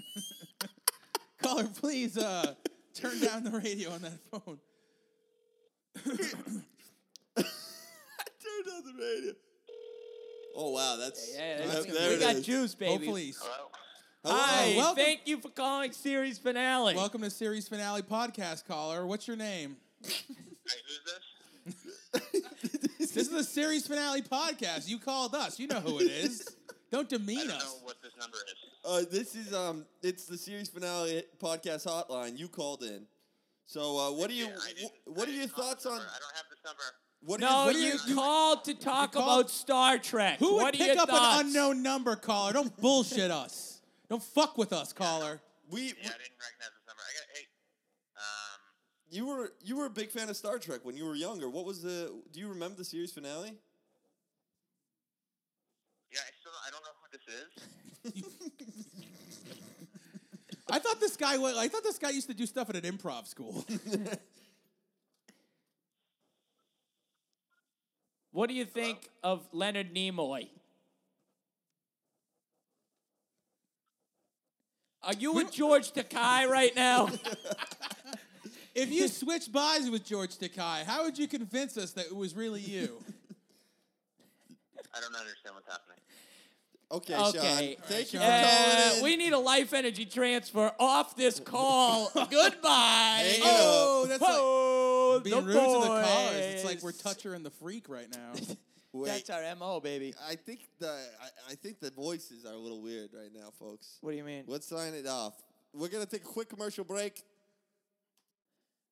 Speaker 2: Caller, please uh, turn down the radio on that phone. Oh,
Speaker 1: turned on the radio. Oh wow, that's
Speaker 3: Yeah, that's
Speaker 1: that-
Speaker 3: good.
Speaker 1: there
Speaker 3: we
Speaker 1: it
Speaker 3: got
Speaker 1: is.
Speaker 3: juice, baby.
Speaker 2: Hopefully, s-
Speaker 4: Hello?
Speaker 1: Hello? Oh,
Speaker 3: Hi,
Speaker 2: welcome.
Speaker 3: thank you for calling series finale.
Speaker 2: welcome to series finale podcast. Caller, what's your name?
Speaker 4: Hey, who's this?
Speaker 2: This is the series finale podcast. You called us. You know who it is. Don't
Speaker 4: I
Speaker 2: demean
Speaker 4: don't
Speaker 2: us.
Speaker 4: know what this number is.
Speaker 1: Uh, this is um, it's the series finale podcast hotline. You called in. So uh, what do you
Speaker 4: Yeah, I didn't-
Speaker 1: wh- what
Speaker 4: I
Speaker 1: are your
Speaker 4: didn't call
Speaker 1: thoughts
Speaker 4: this
Speaker 1: on
Speaker 4: number. I don't have this number.
Speaker 1: what? are
Speaker 3: no,
Speaker 1: your- what are
Speaker 3: you,
Speaker 1: your-
Speaker 3: called to talk
Speaker 2: called-
Speaker 3: about Star Trek.
Speaker 2: Who would
Speaker 3: what are
Speaker 2: pick
Speaker 3: your
Speaker 2: up
Speaker 3: thoughts?
Speaker 2: an unknown number, caller? Don't bullshit us. Don't fuck with us, caller.
Speaker 1: we,
Speaker 4: Yeah, I didn't recognize this number. I got hey. Um,
Speaker 1: you were you were a big fan of Star Trek when you were younger. What was the? Do you remember the series finale?
Speaker 4: yeah, I still I don't know who this is.
Speaker 2: I thought this guy was. I thought this guy used to do stuff at an improv school.
Speaker 3: What do you think of Leonard Nimoy? Are you with George Takai right now?
Speaker 2: if you switched bodies with George Takai, how would you convince us that it was really you?
Speaker 4: I don't understand what's happening.
Speaker 1: Okay,
Speaker 3: Okay.
Speaker 1: Sean. Thank you for
Speaker 3: Uh,
Speaker 1: calling in.
Speaker 3: we need a life energy transfer off this call. Goodbye.
Speaker 1: Hang it
Speaker 2: oh, that's like
Speaker 3: oh,
Speaker 2: being
Speaker 3: the
Speaker 2: rude to the callers. It's like
Speaker 3: boys.
Speaker 2: we're toucher and the freak right now.
Speaker 1: Wait,
Speaker 3: That's our mo, baby.
Speaker 1: I think the I, I think the voices are a little weird right now, folks.
Speaker 3: What do you mean?
Speaker 1: Let's sign it off. We're gonna take a quick commercial break.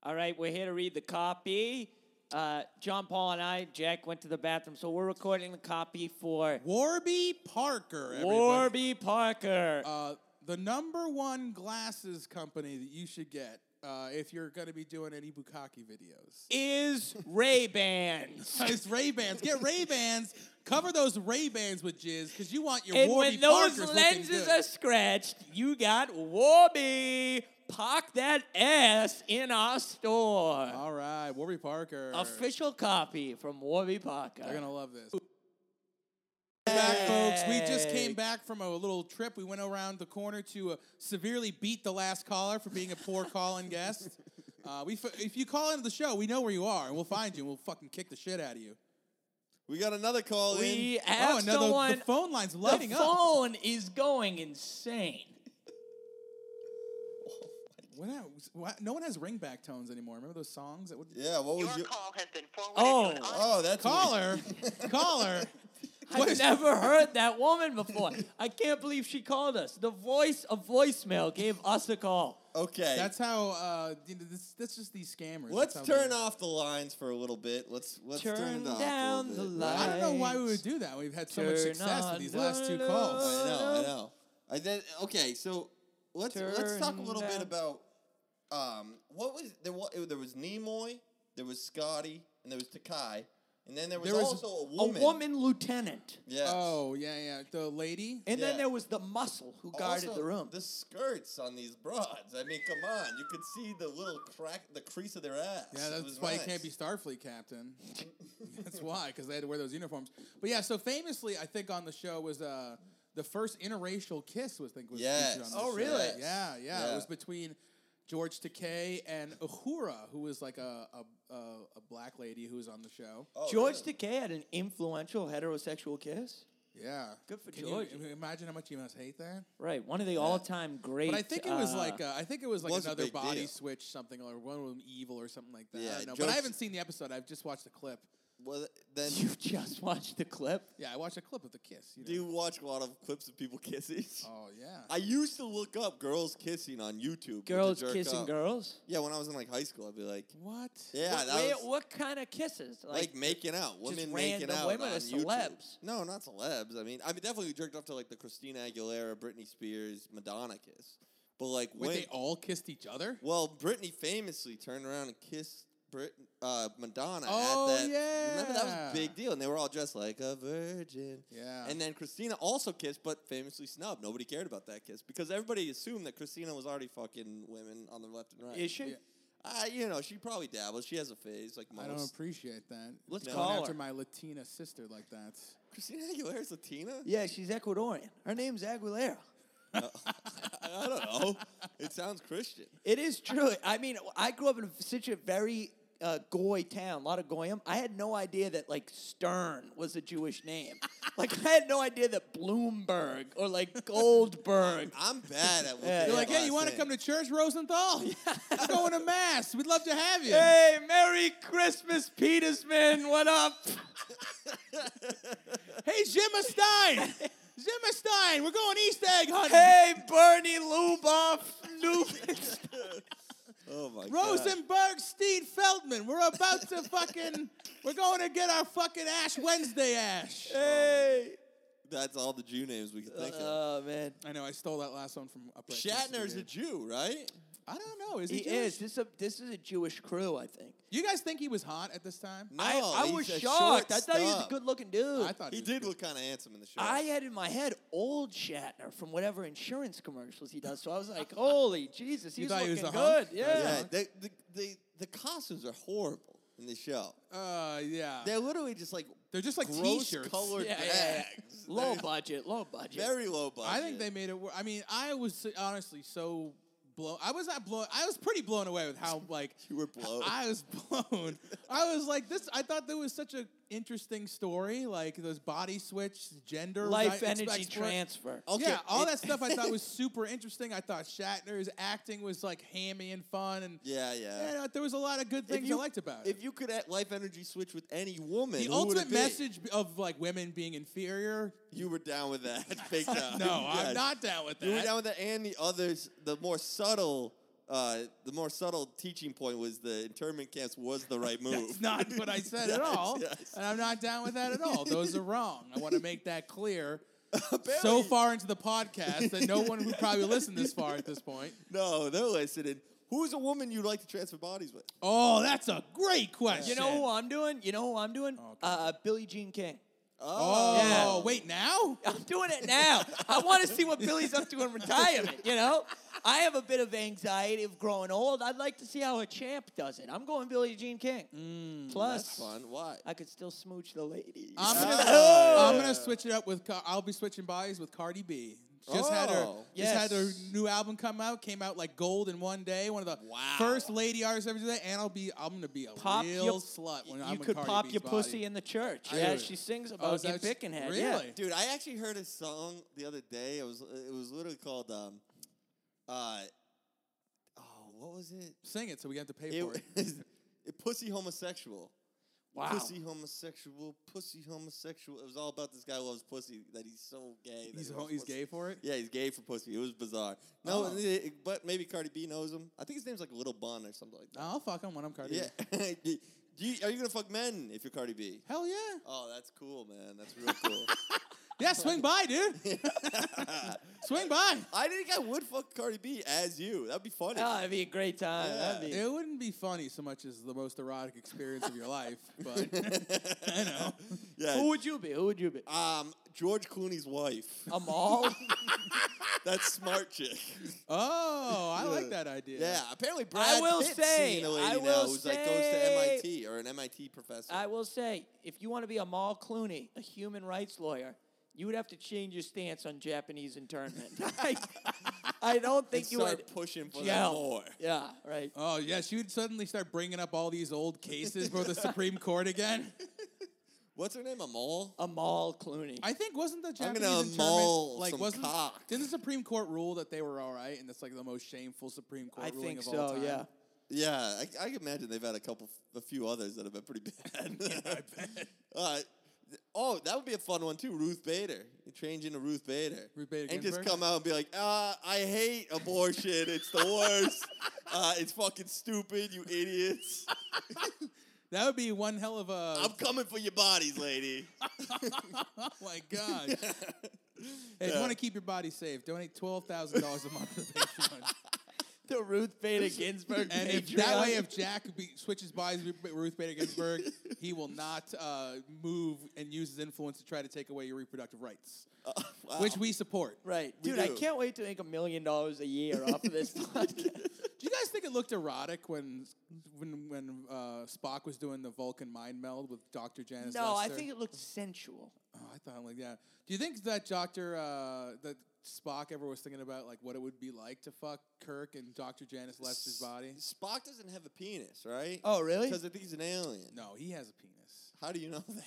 Speaker 3: All right, we're here to read the copy. Uh, John Paul and I, Jack, went to the bathroom, so we're recording the copy for
Speaker 2: Warby Parker. Everybody.
Speaker 3: Warby Parker.
Speaker 2: Uh, the number one glasses company that you should get uh, if you're going to be doing any Bukaki videos.
Speaker 3: Is Ray Bans.
Speaker 2: It's Ray Bans. Get Ray Bans. Cover those Ray Bans with jizz because you want your
Speaker 3: and
Speaker 2: Warby
Speaker 3: when those
Speaker 2: Parkers looking
Speaker 3: lenses
Speaker 2: good.
Speaker 3: are scratched, you got Warby. Park that ass in our store.
Speaker 2: All right, Warby Parker.
Speaker 3: Official copy from Warby Parker.
Speaker 2: They're gonna love this. Back, folks. We just came back from a little trip. We went around the corner to uh, severely beat the last caller for being a poor call-in guest. Uh, we, f- if you call into the show, we know where you are, and we'll find you, and we'll fucking kick the shit out of you.
Speaker 1: We got another call
Speaker 3: We
Speaker 1: in.
Speaker 2: Oh,
Speaker 3: have
Speaker 2: and now the,
Speaker 3: someone.
Speaker 2: the phone line's lighting
Speaker 3: the
Speaker 2: up.
Speaker 3: phone is going insane.
Speaker 2: What, hap- what- no one has ringback tones anymore. Remember those songs? That would,
Speaker 1: Yeah, what was
Speaker 4: Your
Speaker 1: your?
Speaker 4: call has been
Speaker 3: Oh.
Speaker 4: forwarded to an audio-
Speaker 1: Oh, that's
Speaker 2: Caller, caller. What
Speaker 3: I've
Speaker 2: is-
Speaker 3: never heard that woman before. I can't believe she called us. The voice of voicemail gave us a call.
Speaker 1: Okay,
Speaker 2: That's how. Uh, you know, this, that's just these scammers.
Speaker 1: let's
Speaker 2: That's how they-
Speaker 1: turn off the lines for a little bit. Let's let's turn,
Speaker 3: Turn
Speaker 1: it off
Speaker 3: down
Speaker 1: a
Speaker 3: the
Speaker 1: little bit.
Speaker 3: light.
Speaker 2: I don't know why we would do that. We've had so much
Speaker 3: Turn
Speaker 2: success
Speaker 3: on
Speaker 2: with these last two
Speaker 3: the
Speaker 2: calls.
Speaker 1: I know, I
Speaker 3: Uh,
Speaker 1: know. I then okay, so let's let's talk a
Speaker 3: Turn
Speaker 1: little bit
Speaker 3: down.
Speaker 1: about um what was there was there was Nimoy, there was Scotty, and there was Takai, and then there was,
Speaker 2: There was
Speaker 1: also a woman.
Speaker 3: A woman lieutenant.
Speaker 1: Yes.
Speaker 2: Oh yeah, yeah. The lady.
Speaker 3: And
Speaker 1: Yeah. Oh,
Speaker 3: then there was the muscle who guarded
Speaker 1: Also,
Speaker 3: the room.
Speaker 1: The skirts on these broads. I mean, come on. You could see the little crack, the crease of their ass.
Speaker 2: Yeah,
Speaker 1: It
Speaker 2: that's
Speaker 1: was
Speaker 2: why
Speaker 1: nice.
Speaker 2: you can't be Starfleet captain. that's why, because they had to wear those uniforms. But yeah, so famously, I think on the show was uh, the first interracial kiss was I think was
Speaker 1: Yes.
Speaker 2: featured on the
Speaker 1: Oh,
Speaker 2: show.
Speaker 1: really?
Speaker 2: Yeah, yeah,
Speaker 1: Yeah.
Speaker 2: It was between George Takei and Uhura, who was like a a, a, a black lady who was on the show.
Speaker 1: Oh,
Speaker 3: George
Speaker 1: really?
Speaker 3: Takei had an influential heterosexual kiss.
Speaker 2: Yeah.
Speaker 3: Good for
Speaker 2: Can
Speaker 3: George.
Speaker 2: You imagine how much he must hate that.
Speaker 3: Right, one of the all-time great.
Speaker 2: But I think it was
Speaker 3: uh,
Speaker 2: like uh, I think it was like
Speaker 1: was a
Speaker 2: another
Speaker 1: big
Speaker 2: body
Speaker 1: deal.
Speaker 2: switch something or one of them evil or something like that.
Speaker 1: Yeah,
Speaker 2: I don't know. But I
Speaker 1: jokes-
Speaker 2: haven't seen the episode. I've just watched the clip.
Speaker 1: Well, then
Speaker 3: you just watched the clip.
Speaker 2: Yeah, I watched a clip of the kiss. You know?
Speaker 1: do you watch a lot of clips of people kissing?
Speaker 2: Oh yeah.
Speaker 1: I used to look up girls kissing on YouTube. to
Speaker 3: Girls
Speaker 1: jerk
Speaker 3: kissing
Speaker 1: off.
Speaker 3: girls.
Speaker 1: Yeah, when I was in like high school, I'd be like,
Speaker 2: what?
Speaker 1: yeah,
Speaker 3: what,
Speaker 1: that
Speaker 3: where-
Speaker 1: was
Speaker 3: what kind of kisses?
Speaker 1: like, making out, women making
Speaker 3: random
Speaker 1: out
Speaker 3: women or
Speaker 1: on YouTube.
Speaker 3: celebs?
Speaker 1: No, not celebs. I mean, I mean, definitely jerked off to like the Christina Aguilera, Britney Spears, Madonna kiss. But like
Speaker 2: Wait,
Speaker 1: when
Speaker 2: they all kissed each other?
Speaker 1: Well, Britney famously turned around and kissed Brit- uh, Madonna.
Speaker 2: Oh,
Speaker 1: at that. Remember, that was
Speaker 2: yeah.
Speaker 1: a big deal. And they were all dressed like a virgin.
Speaker 2: Yeah.
Speaker 1: And then Christina also kissed, but famously snubbed. Nobody cared about that kiss because everybody assumed that Christina was already fucking women on the left and right.
Speaker 3: Is she?
Speaker 2: Yeah.
Speaker 1: Uh, you know, she probably dabbles. She has a phase, like most.
Speaker 2: I don't appreciate that.
Speaker 3: Let's
Speaker 2: Going
Speaker 3: call
Speaker 2: after
Speaker 3: her.
Speaker 2: my Latina sister like that.
Speaker 1: Christina Aguilera's Latina?
Speaker 3: Yeah, she's Ecuadorian. Her name's Aguilera.
Speaker 1: I don't know. It sounds Christian.
Speaker 3: It is true. I mean, I grew up in such a very uh, goy town, a lot of goyim. I had no idea that like Stern was a Jewish name. like I had no idea that Bloomberg or like Goldberg.
Speaker 1: I'm bad at. looking
Speaker 3: You're
Speaker 1: up
Speaker 2: They're like, hey,
Speaker 1: last
Speaker 2: you want to
Speaker 1: names.
Speaker 2: come to church, Rosenthal? I'm going to mass. We'd love to have you.
Speaker 3: hey, Merry Christmas, Petersman. What up?
Speaker 2: Hey, Zimmer Stein. Zimmer Stein, we're going East Egg hunting.
Speaker 3: hey, Bernie Luboff. Newman.
Speaker 1: Oh my god.
Speaker 2: Rosenberg, Steed Feldman. We're about to fucking. We're going to get our fucking Ash Wednesday ash.
Speaker 3: hey.
Speaker 1: That's all the Jew names we could think of.
Speaker 3: Oh man.
Speaker 2: I know. I stole that last one from. Upright
Speaker 1: Shatner's a
Speaker 2: Citizens,
Speaker 1: Jew, right?
Speaker 2: dude. I don't know. Is
Speaker 3: He
Speaker 2: he, Jewish?
Speaker 3: is. This is a this is a Jewish crew, I think.
Speaker 2: You guys think he was hot at this time?
Speaker 1: No,
Speaker 3: I, I
Speaker 1: he's
Speaker 3: was
Speaker 1: a
Speaker 3: shocked. I
Speaker 1: short
Speaker 3: thought he was a
Speaker 1: stub.
Speaker 3: good looking dude.
Speaker 2: I thought
Speaker 1: He
Speaker 2: was
Speaker 1: did
Speaker 2: good.
Speaker 1: look kind of handsome in the show.
Speaker 3: I had in my head old Shatner from whatever insurance commercials he does. So I was like, holy Jesus,
Speaker 2: You
Speaker 3: he's
Speaker 2: thought
Speaker 3: looking
Speaker 2: he was a
Speaker 3: good.
Speaker 2: hunk?
Speaker 3: Yeah.
Speaker 1: yeah, they, the, the the costumes are horrible in the show.
Speaker 2: Uh, yeah.
Speaker 1: They're literally just like
Speaker 2: They're just like
Speaker 1: gross
Speaker 2: t-shirts.
Speaker 1: colored
Speaker 3: Yeah,
Speaker 1: bags.
Speaker 3: yeah, yeah.
Speaker 1: They're
Speaker 3: Low budget, low budget.
Speaker 1: very low budget.
Speaker 2: I think they made it work. I mean, I was honestly so blown. I was not blown. I was pretty blown away with how like
Speaker 1: You were blown.
Speaker 2: I was blown. I was like this. I thought there was such a interesting story, like those body switch, gender, right,
Speaker 3: Life energy
Speaker 2: expect- expect-
Speaker 3: transfer.
Speaker 1: Okay,
Speaker 2: Yeah, all
Speaker 1: it-
Speaker 2: that stuff I thought was super interesting. I thought Shatner's acting was like hammy and fun, and
Speaker 1: Yeah,
Speaker 2: yeah,
Speaker 1: yeah.
Speaker 2: no, there was a lot of good
Speaker 1: If
Speaker 2: things
Speaker 1: you-
Speaker 2: I liked about it.
Speaker 1: If you could at life energy switch with any woman,
Speaker 2: the
Speaker 1: who would it
Speaker 2: ultimate
Speaker 1: be?
Speaker 2: message of like women being inferior.
Speaker 1: you were down with that. Big time.
Speaker 2: No, I'm
Speaker 1: Yes.
Speaker 2: not down with that.
Speaker 1: You were down with that, and the others. The more subtle, uh, the more subtle teaching point was the internment camps was the right move.
Speaker 2: That's not what I said at
Speaker 1: Yes,
Speaker 2: all.
Speaker 1: yes.
Speaker 2: And I'm not down with that at all. Those are wrong. I want to make that clear so
Speaker 1: Apparently-
Speaker 2: far into the podcast that no one who probably listened this far at this point.
Speaker 1: No, they're listening. Who's a woman you'd like to transfer bodies with?
Speaker 2: Oh, that's a great question.
Speaker 3: You know who I'm doing? You know who I'm doing?
Speaker 2: Oh, God.
Speaker 3: uh, Billie Jean King.
Speaker 2: Oh,
Speaker 3: Yeah.
Speaker 2: wait now?
Speaker 3: I'm doing it now. I want to see what Billy's up to in retirement, you know? I have a bit of anxiety of growing old. I'd like to see how a champ does it. I'm going Billie Jean King. Plus,
Speaker 1: that's fun. Why?
Speaker 3: I could still smooch the ladies.
Speaker 2: Mm, I'm gonna,
Speaker 1: Oh.
Speaker 2: I'm gonna switch it up with. Ca- I'll be switching bodies with Cardi B. Just had her.
Speaker 1: Oh.
Speaker 2: Just had her
Speaker 3: Yes.
Speaker 2: new album come out. Came out like gold in one day. One of the
Speaker 1: Wow.
Speaker 2: first lady artists ever to do that. And I'll be. I'm gonna be a
Speaker 3: Pop
Speaker 2: real
Speaker 3: your-
Speaker 2: slut when
Speaker 3: you
Speaker 2: I'm in
Speaker 3: could
Speaker 2: Cardi
Speaker 3: pop
Speaker 2: B's
Speaker 3: your
Speaker 2: body.
Speaker 3: pussy in the church.
Speaker 2: I
Speaker 3: yeah,
Speaker 2: would.
Speaker 3: she sings
Speaker 2: Oh,
Speaker 3: about
Speaker 2: is
Speaker 3: in
Speaker 2: that-
Speaker 3: Birkenhead.
Speaker 2: Really?
Speaker 3: yeah.
Speaker 1: Dude, I actually heard a song the other day. It was it was literally called um, uh, oh, what was it?
Speaker 2: Sing it so we have to pay
Speaker 1: It
Speaker 2: for
Speaker 1: was
Speaker 2: it.
Speaker 1: pussy homosexual.
Speaker 3: Wow.
Speaker 1: Pussy homosexual, pussy homosexual. It was all about this guy who loves pussy. That he's so gay. that
Speaker 2: He's
Speaker 1: he
Speaker 2: ho-
Speaker 1: loves
Speaker 2: he's
Speaker 1: pussy.
Speaker 2: gay for it.
Speaker 1: Yeah, he's gay for pussy. It was bizarre. No,
Speaker 2: Oh.
Speaker 1: it- but maybe Cardi B knows him. I think his name's like Little Bun or something like that.
Speaker 2: I'll fuck him when I'm Cardi. B.
Speaker 1: yeah. Do you, are you gonna fuck men if you're Cardi B?
Speaker 2: Hell yeah.
Speaker 1: Oh, that's cool, man. That's real cool.
Speaker 2: Yeah, swing by, dude. swing by.
Speaker 1: I think I would fuck Cardi B as you. That'd be funny.
Speaker 3: Oh, it'd be a great time.
Speaker 1: Yeah.
Speaker 3: That'd be.
Speaker 2: It wouldn't be funny so much as the most erotic experience of your life, but
Speaker 1: I
Speaker 2: know.
Speaker 1: Yeah.
Speaker 3: Who would you be? Who would you
Speaker 2: Uh,
Speaker 3: be?
Speaker 1: um, George Clooney's wife.
Speaker 3: A mall?
Speaker 1: That's smart chick.
Speaker 2: oh, I like
Speaker 1: Yeah.
Speaker 2: that idea.
Speaker 1: Yeah. Apparently, Brad
Speaker 3: will
Speaker 1: Pitt's
Speaker 3: say-
Speaker 1: seeing a lady
Speaker 3: I
Speaker 1: now
Speaker 3: will
Speaker 1: who's like goes
Speaker 3: say-
Speaker 1: to MIT or an MIT professor.
Speaker 3: I will say, if you want to be a Amal Clooney, a human rights lawyer, you would have to change your stance on Japanese internment. I, I don't
Speaker 1: and
Speaker 3: think you
Speaker 1: start
Speaker 3: would.
Speaker 1: pushing for
Speaker 3: gel.
Speaker 1: that more.
Speaker 3: Yeah, right.
Speaker 2: Oh yeah, she would suddenly start bringing up all these old cases for the Supreme Court again.
Speaker 1: What's her name? A mole?
Speaker 3: Amal Clooney.
Speaker 2: Uh, I think wasn't the
Speaker 1: gonna
Speaker 2: Japanese internment
Speaker 1: maul
Speaker 2: like
Speaker 1: some
Speaker 2: wasn't
Speaker 1: cock.
Speaker 2: didn't the Supreme Court rule that they were all right and that's like the most shameful Supreme Court
Speaker 3: I
Speaker 2: ruling
Speaker 3: think
Speaker 2: of all
Speaker 3: so.
Speaker 2: time.
Speaker 3: Yeah.
Speaker 1: Yeah, I, I can imagine they've had a couple, a few others that have been pretty bad. Uh, th- oh, that would be a fun one too. Ruth Bader, you change into Ruth Bader,
Speaker 2: Ruth Bader
Speaker 1: and just
Speaker 2: Ginsburg?
Speaker 1: come out and be like, uh, "I hate abortion. it's the worst. Uh, it's fucking stupid. You idiots.
Speaker 2: That would be one hell of a
Speaker 1: I'm coming for your bodies, lady." Uh,
Speaker 2: Oh my god. Hey, if you want to keep your body safe, donate twelve thousand dollars a month to Patreon.
Speaker 3: The Ruth Bader Ginsburg.
Speaker 2: And if that way, if Jack be, switches bodies with Ruth Bader Ginsburg, he will not uh, move and use his influence to try to take away your reproductive rights,
Speaker 1: Wow.
Speaker 2: which we support.
Speaker 3: Right.
Speaker 1: We
Speaker 3: Dude, I
Speaker 1: do.
Speaker 3: can't wait to make a million dollars a year off of this podcast.
Speaker 2: Do you guys think it looked erotic when when when uh, Spock was doing the Vulcan mind meld with Doctor Janice?
Speaker 3: No, I
Speaker 2: Lester?
Speaker 3: think it looked sensual.
Speaker 2: Oh, I thought like that. Do you think that Doctor uh, that Spock ever was thinking about like what it would be like to fuck Kirk and Doctor Janice Lester's body?
Speaker 1: Spock doesn't have a penis, right?
Speaker 3: Oh, really?
Speaker 1: because I think he's an alien.
Speaker 2: No, he has a penis.
Speaker 1: How do you know that?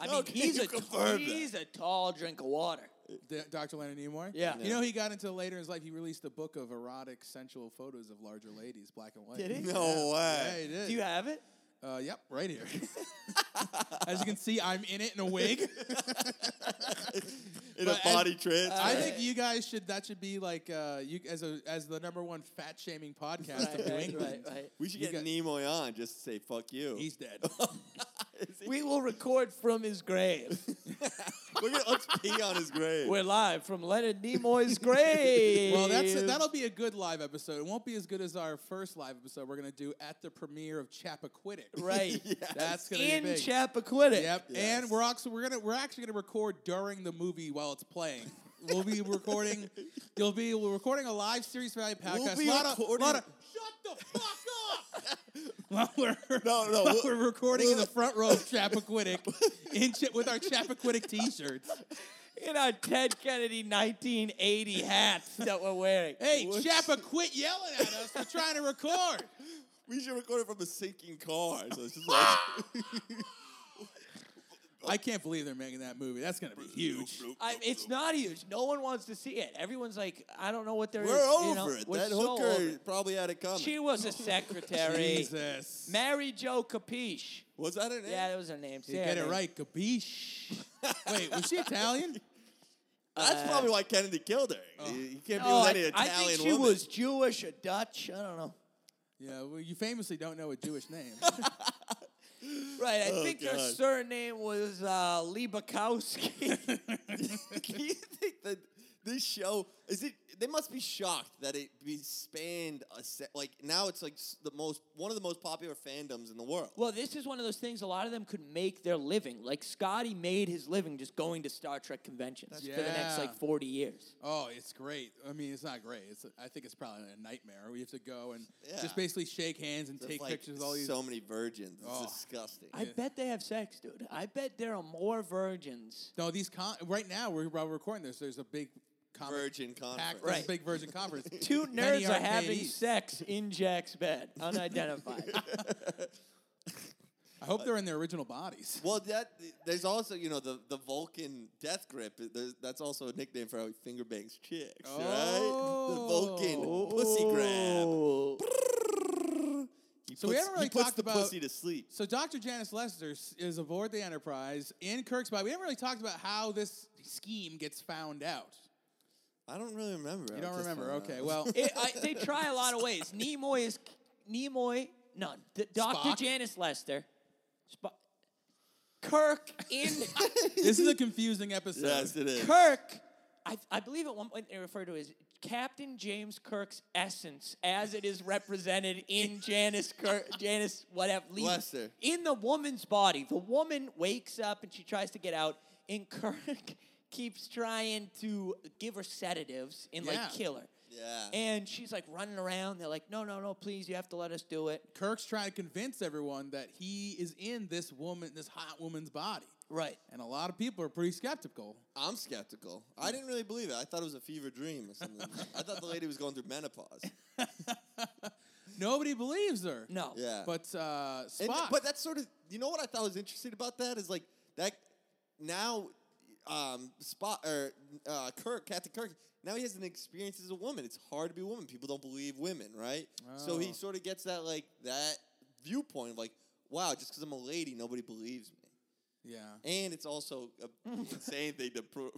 Speaker 3: I
Speaker 2: Oh,
Speaker 1: No,
Speaker 3: mean,
Speaker 1: can
Speaker 3: he's
Speaker 1: you
Speaker 3: a
Speaker 1: confirm that?
Speaker 3: he's a tall drink of water.
Speaker 2: D- Dr. Leonard Nimoy?
Speaker 3: Yeah.
Speaker 2: You know, he got into later in his life, he released a book of erotic, sensual photos of larger ladies, black and white.
Speaker 3: Did he?
Speaker 1: No
Speaker 2: Yeah,
Speaker 1: way.
Speaker 2: he did.
Speaker 3: Do you have it?
Speaker 2: uh, yep, right here. As you can see, I'm in it in a wig.
Speaker 1: In
Speaker 2: But
Speaker 1: a
Speaker 2: as-
Speaker 1: body trance.
Speaker 2: I
Speaker 1: right?
Speaker 2: think you guys should. That should be like uh, you as a as the number one fat shaming podcast
Speaker 3: Right,
Speaker 2: of New
Speaker 3: right,
Speaker 2: England.
Speaker 3: right, right.
Speaker 1: we should
Speaker 2: you
Speaker 1: get
Speaker 2: got-
Speaker 1: Nimoy on just to say "fuck you."
Speaker 2: He's dead.
Speaker 1: Is he-
Speaker 3: We will record from his grave.
Speaker 1: We're gonna, let's pee on his grave.
Speaker 3: We're live from Leonard Nimoy's grave.
Speaker 2: well, that's that'll be a good live episode. It won't be as good as our first live episode we're gonna do at the premiere of Chappaquiddick.
Speaker 3: right.
Speaker 1: Yes.
Speaker 2: That's gonna
Speaker 3: In
Speaker 2: be big.
Speaker 3: Chappaquiddick.
Speaker 2: Yep.
Speaker 1: Yes.
Speaker 2: And we're also we're gonna we're actually gonna record during the movie while it's playing. We'll be recording. You'll be we're recording a live series for that podcast.
Speaker 1: be
Speaker 2: lot of-
Speaker 1: recording-
Speaker 2: lot of- shut the fuck up. while we're
Speaker 1: No, no,
Speaker 2: while
Speaker 1: we'll-
Speaker 2: we're recording in the front row of Chappaquiddick in Ch- with our Chappaquiddick T-shirts.
Speaker 3: In our Ted Kennedy 1980 hats that we're wearing.
Speaker 2: Hey,
Speaker 1: Whoops.
Speaker 2: Chappa, quit yelling at us. We're trying to record.
Speaker 1: We should record it from a sinking car. So it's just like
Speaker 2: I can't believe they're making that movie. That's gonna be huge.
Speaker 3: I, it's not huge. No one wants to see it. Everyone's like, I don't know what there is.
Speaker 1: We're over
Speaker 3: you know?
Speaker 1: it.
Speaker 3: We're
Speaker 1: That
Speaker 3: so
Speaker 1: hooker
Speaker 3: over it.
Speaker 1: probably had it coming.
Speaker 3: She was a secretary.
Speaker 2: Jesus.
Speaker 3: Mary Jo Capiche.
Speaker 1: was that her name?
Speaker 3: Yeah, that was her name.
Speaker 2: You get it right, Gabish. Wait, was she Italian?
Speaker 1: That's
Speaker 3: Uh,
Speaker 1: probably why Kennedy killed her.
Speaker 2: Oh.
Speaker 1: You you can't be
Speaker 3: No,
Speaker 1: with
Speaker 3: I,
Speaker 1: any
Speaker 3: I
Speaker 1: Italian
Speaker 3: think she
Speaker 1: woman.
Speaker 3: was Jewish or Dutch. I don't know.
Speaker 2: Yeah, well, you famously don't know a Jewish name.
Speaker 3: Right. I
Speaker 1: Oh,
Speaker 3: think her
Speaker 1: God.
Speaker 3: surname was uh, Liebakowski.
Speaker 1: Do you think that this show Is it? They must be shocked that it be spanned a set. Like now, it's like s- the most one of the most popular fandoms in the world.
Speaker 3: Well, this is one of those things. A lot of them could make their living. Like Scotty made his living just going to Star Trek conventions for the
Speaker 2: Yeah.
Speaker 3: next like forty years.
Speaker 2: Oh, it's great. I mean, it's not great. It's I think it's probably a nightmare. We have to go and
Speaker 1: Yeah.
Speaker 2: just basically shake hands and
Speaker 1: There's,
Speaker 2: take
Speaker 1: like,
Speaker 2: pictures of all these.
Speaker 1: so many virgins. It's
Speaker 2: Oh.
Speaker 1: disgusting.
Speaker 3: I bet they have sex, dude. I bet there are more virgins.
Speaker 2: no, these con- right now we're while we're recording this. There's a big comic
Speaker 1: Virgin
Speaker 2: pack,
Speaker 1: conference.
Speaker 2: there's a
Speaker 3: Right.
Speaker 2: big Virgin conference.
Speaker 3: Two
Speaker 2: Penny
Speaker 3: nerds are having
Speaker 2: Arcade East.
Speaker 3: sex in Jack's bed, unidentified.
Speaker 2: I hope they're in their original bodies.
Speaker 1: Well, that there's also you know the the Vulcan death grip. it- there's- That's also a nickname for how he finger bangs chicks, right? The
Speaker 2: Oh.
Speaker 1: Vulcan pussy grab.
Speaker 3: Oh.
Speaker 1: He
Speaker 2: So we
Speaker 1: puts,
Speaker 2: haven't really
Speaker 1: he puts
Speaker 2: talked
Speaker 1: the
Speaker 2: about-
Speaker 1: pussy to sleep.
Speaker 2: So Dr. Janice Lester s- is aboard the Enterprise in Kirk's body. We haven't really talked about how this scheme gets found out.
Speaker 1: I don't really remember.
Speaker 2: You don't remember? Okay, well,
Speaker 3: It- I- they try a lot of ways. Nimoy is Nimoy. No, D- Doctor
Speaker 2: Spock.
Speaker 3: Janice Lester. Spo- Kirk in
Speaker 2: this is a confusing episode.
Speaker 1: yes, it is.
Speaker 3: Kirk. I, I believe at one point they referred to as Captain James Kirk's essence, as it is represented in Janice Kirk, Janice whatever Lee-
Speaker 1: Lester.
Speaker 3: in the woman's body. The woman wakes up and she tries to get out, and Kirk keeps trying to give her sedatives and
Speaker 2: Yeah.
Speaker 3: like kill her.
Speaker 1: Yeah.
Speaker 3: And she's like running around. They're like, no, no, no, please, you have to let us do it.
Speaker 2: Kirk's trying to convince everyone that he is in this woman, this hot woman's body,
Speaker 3: Right.
Speaker 2: and a lot of people are pretty skeptical.
Speaker 1: I'm skeptical. I didn't really believe it. I thought it was a fever dream or something. I thought the lady was going through menopause.
Speaker 2: Nobody believes her.
Speaker 3: No.
Speaker 1: Yeah.
Speaker 2: But uh, Spock.
Speaker 1: And, but that's sort of you know what I thought was interesting about that is like that now um spot or uh, Kirk Captain Kirk now he has an experience as a woman. It's hard to be a woman. People don't believe women, right? So
Speaker 2: Oh.
Speaker 1: he sort of gets that like that viewpoint of like wow, just because I'm a lady, nobody believes me.
Speaker 2: yeah.
Speaker 1: And it's also a insane thing to pro-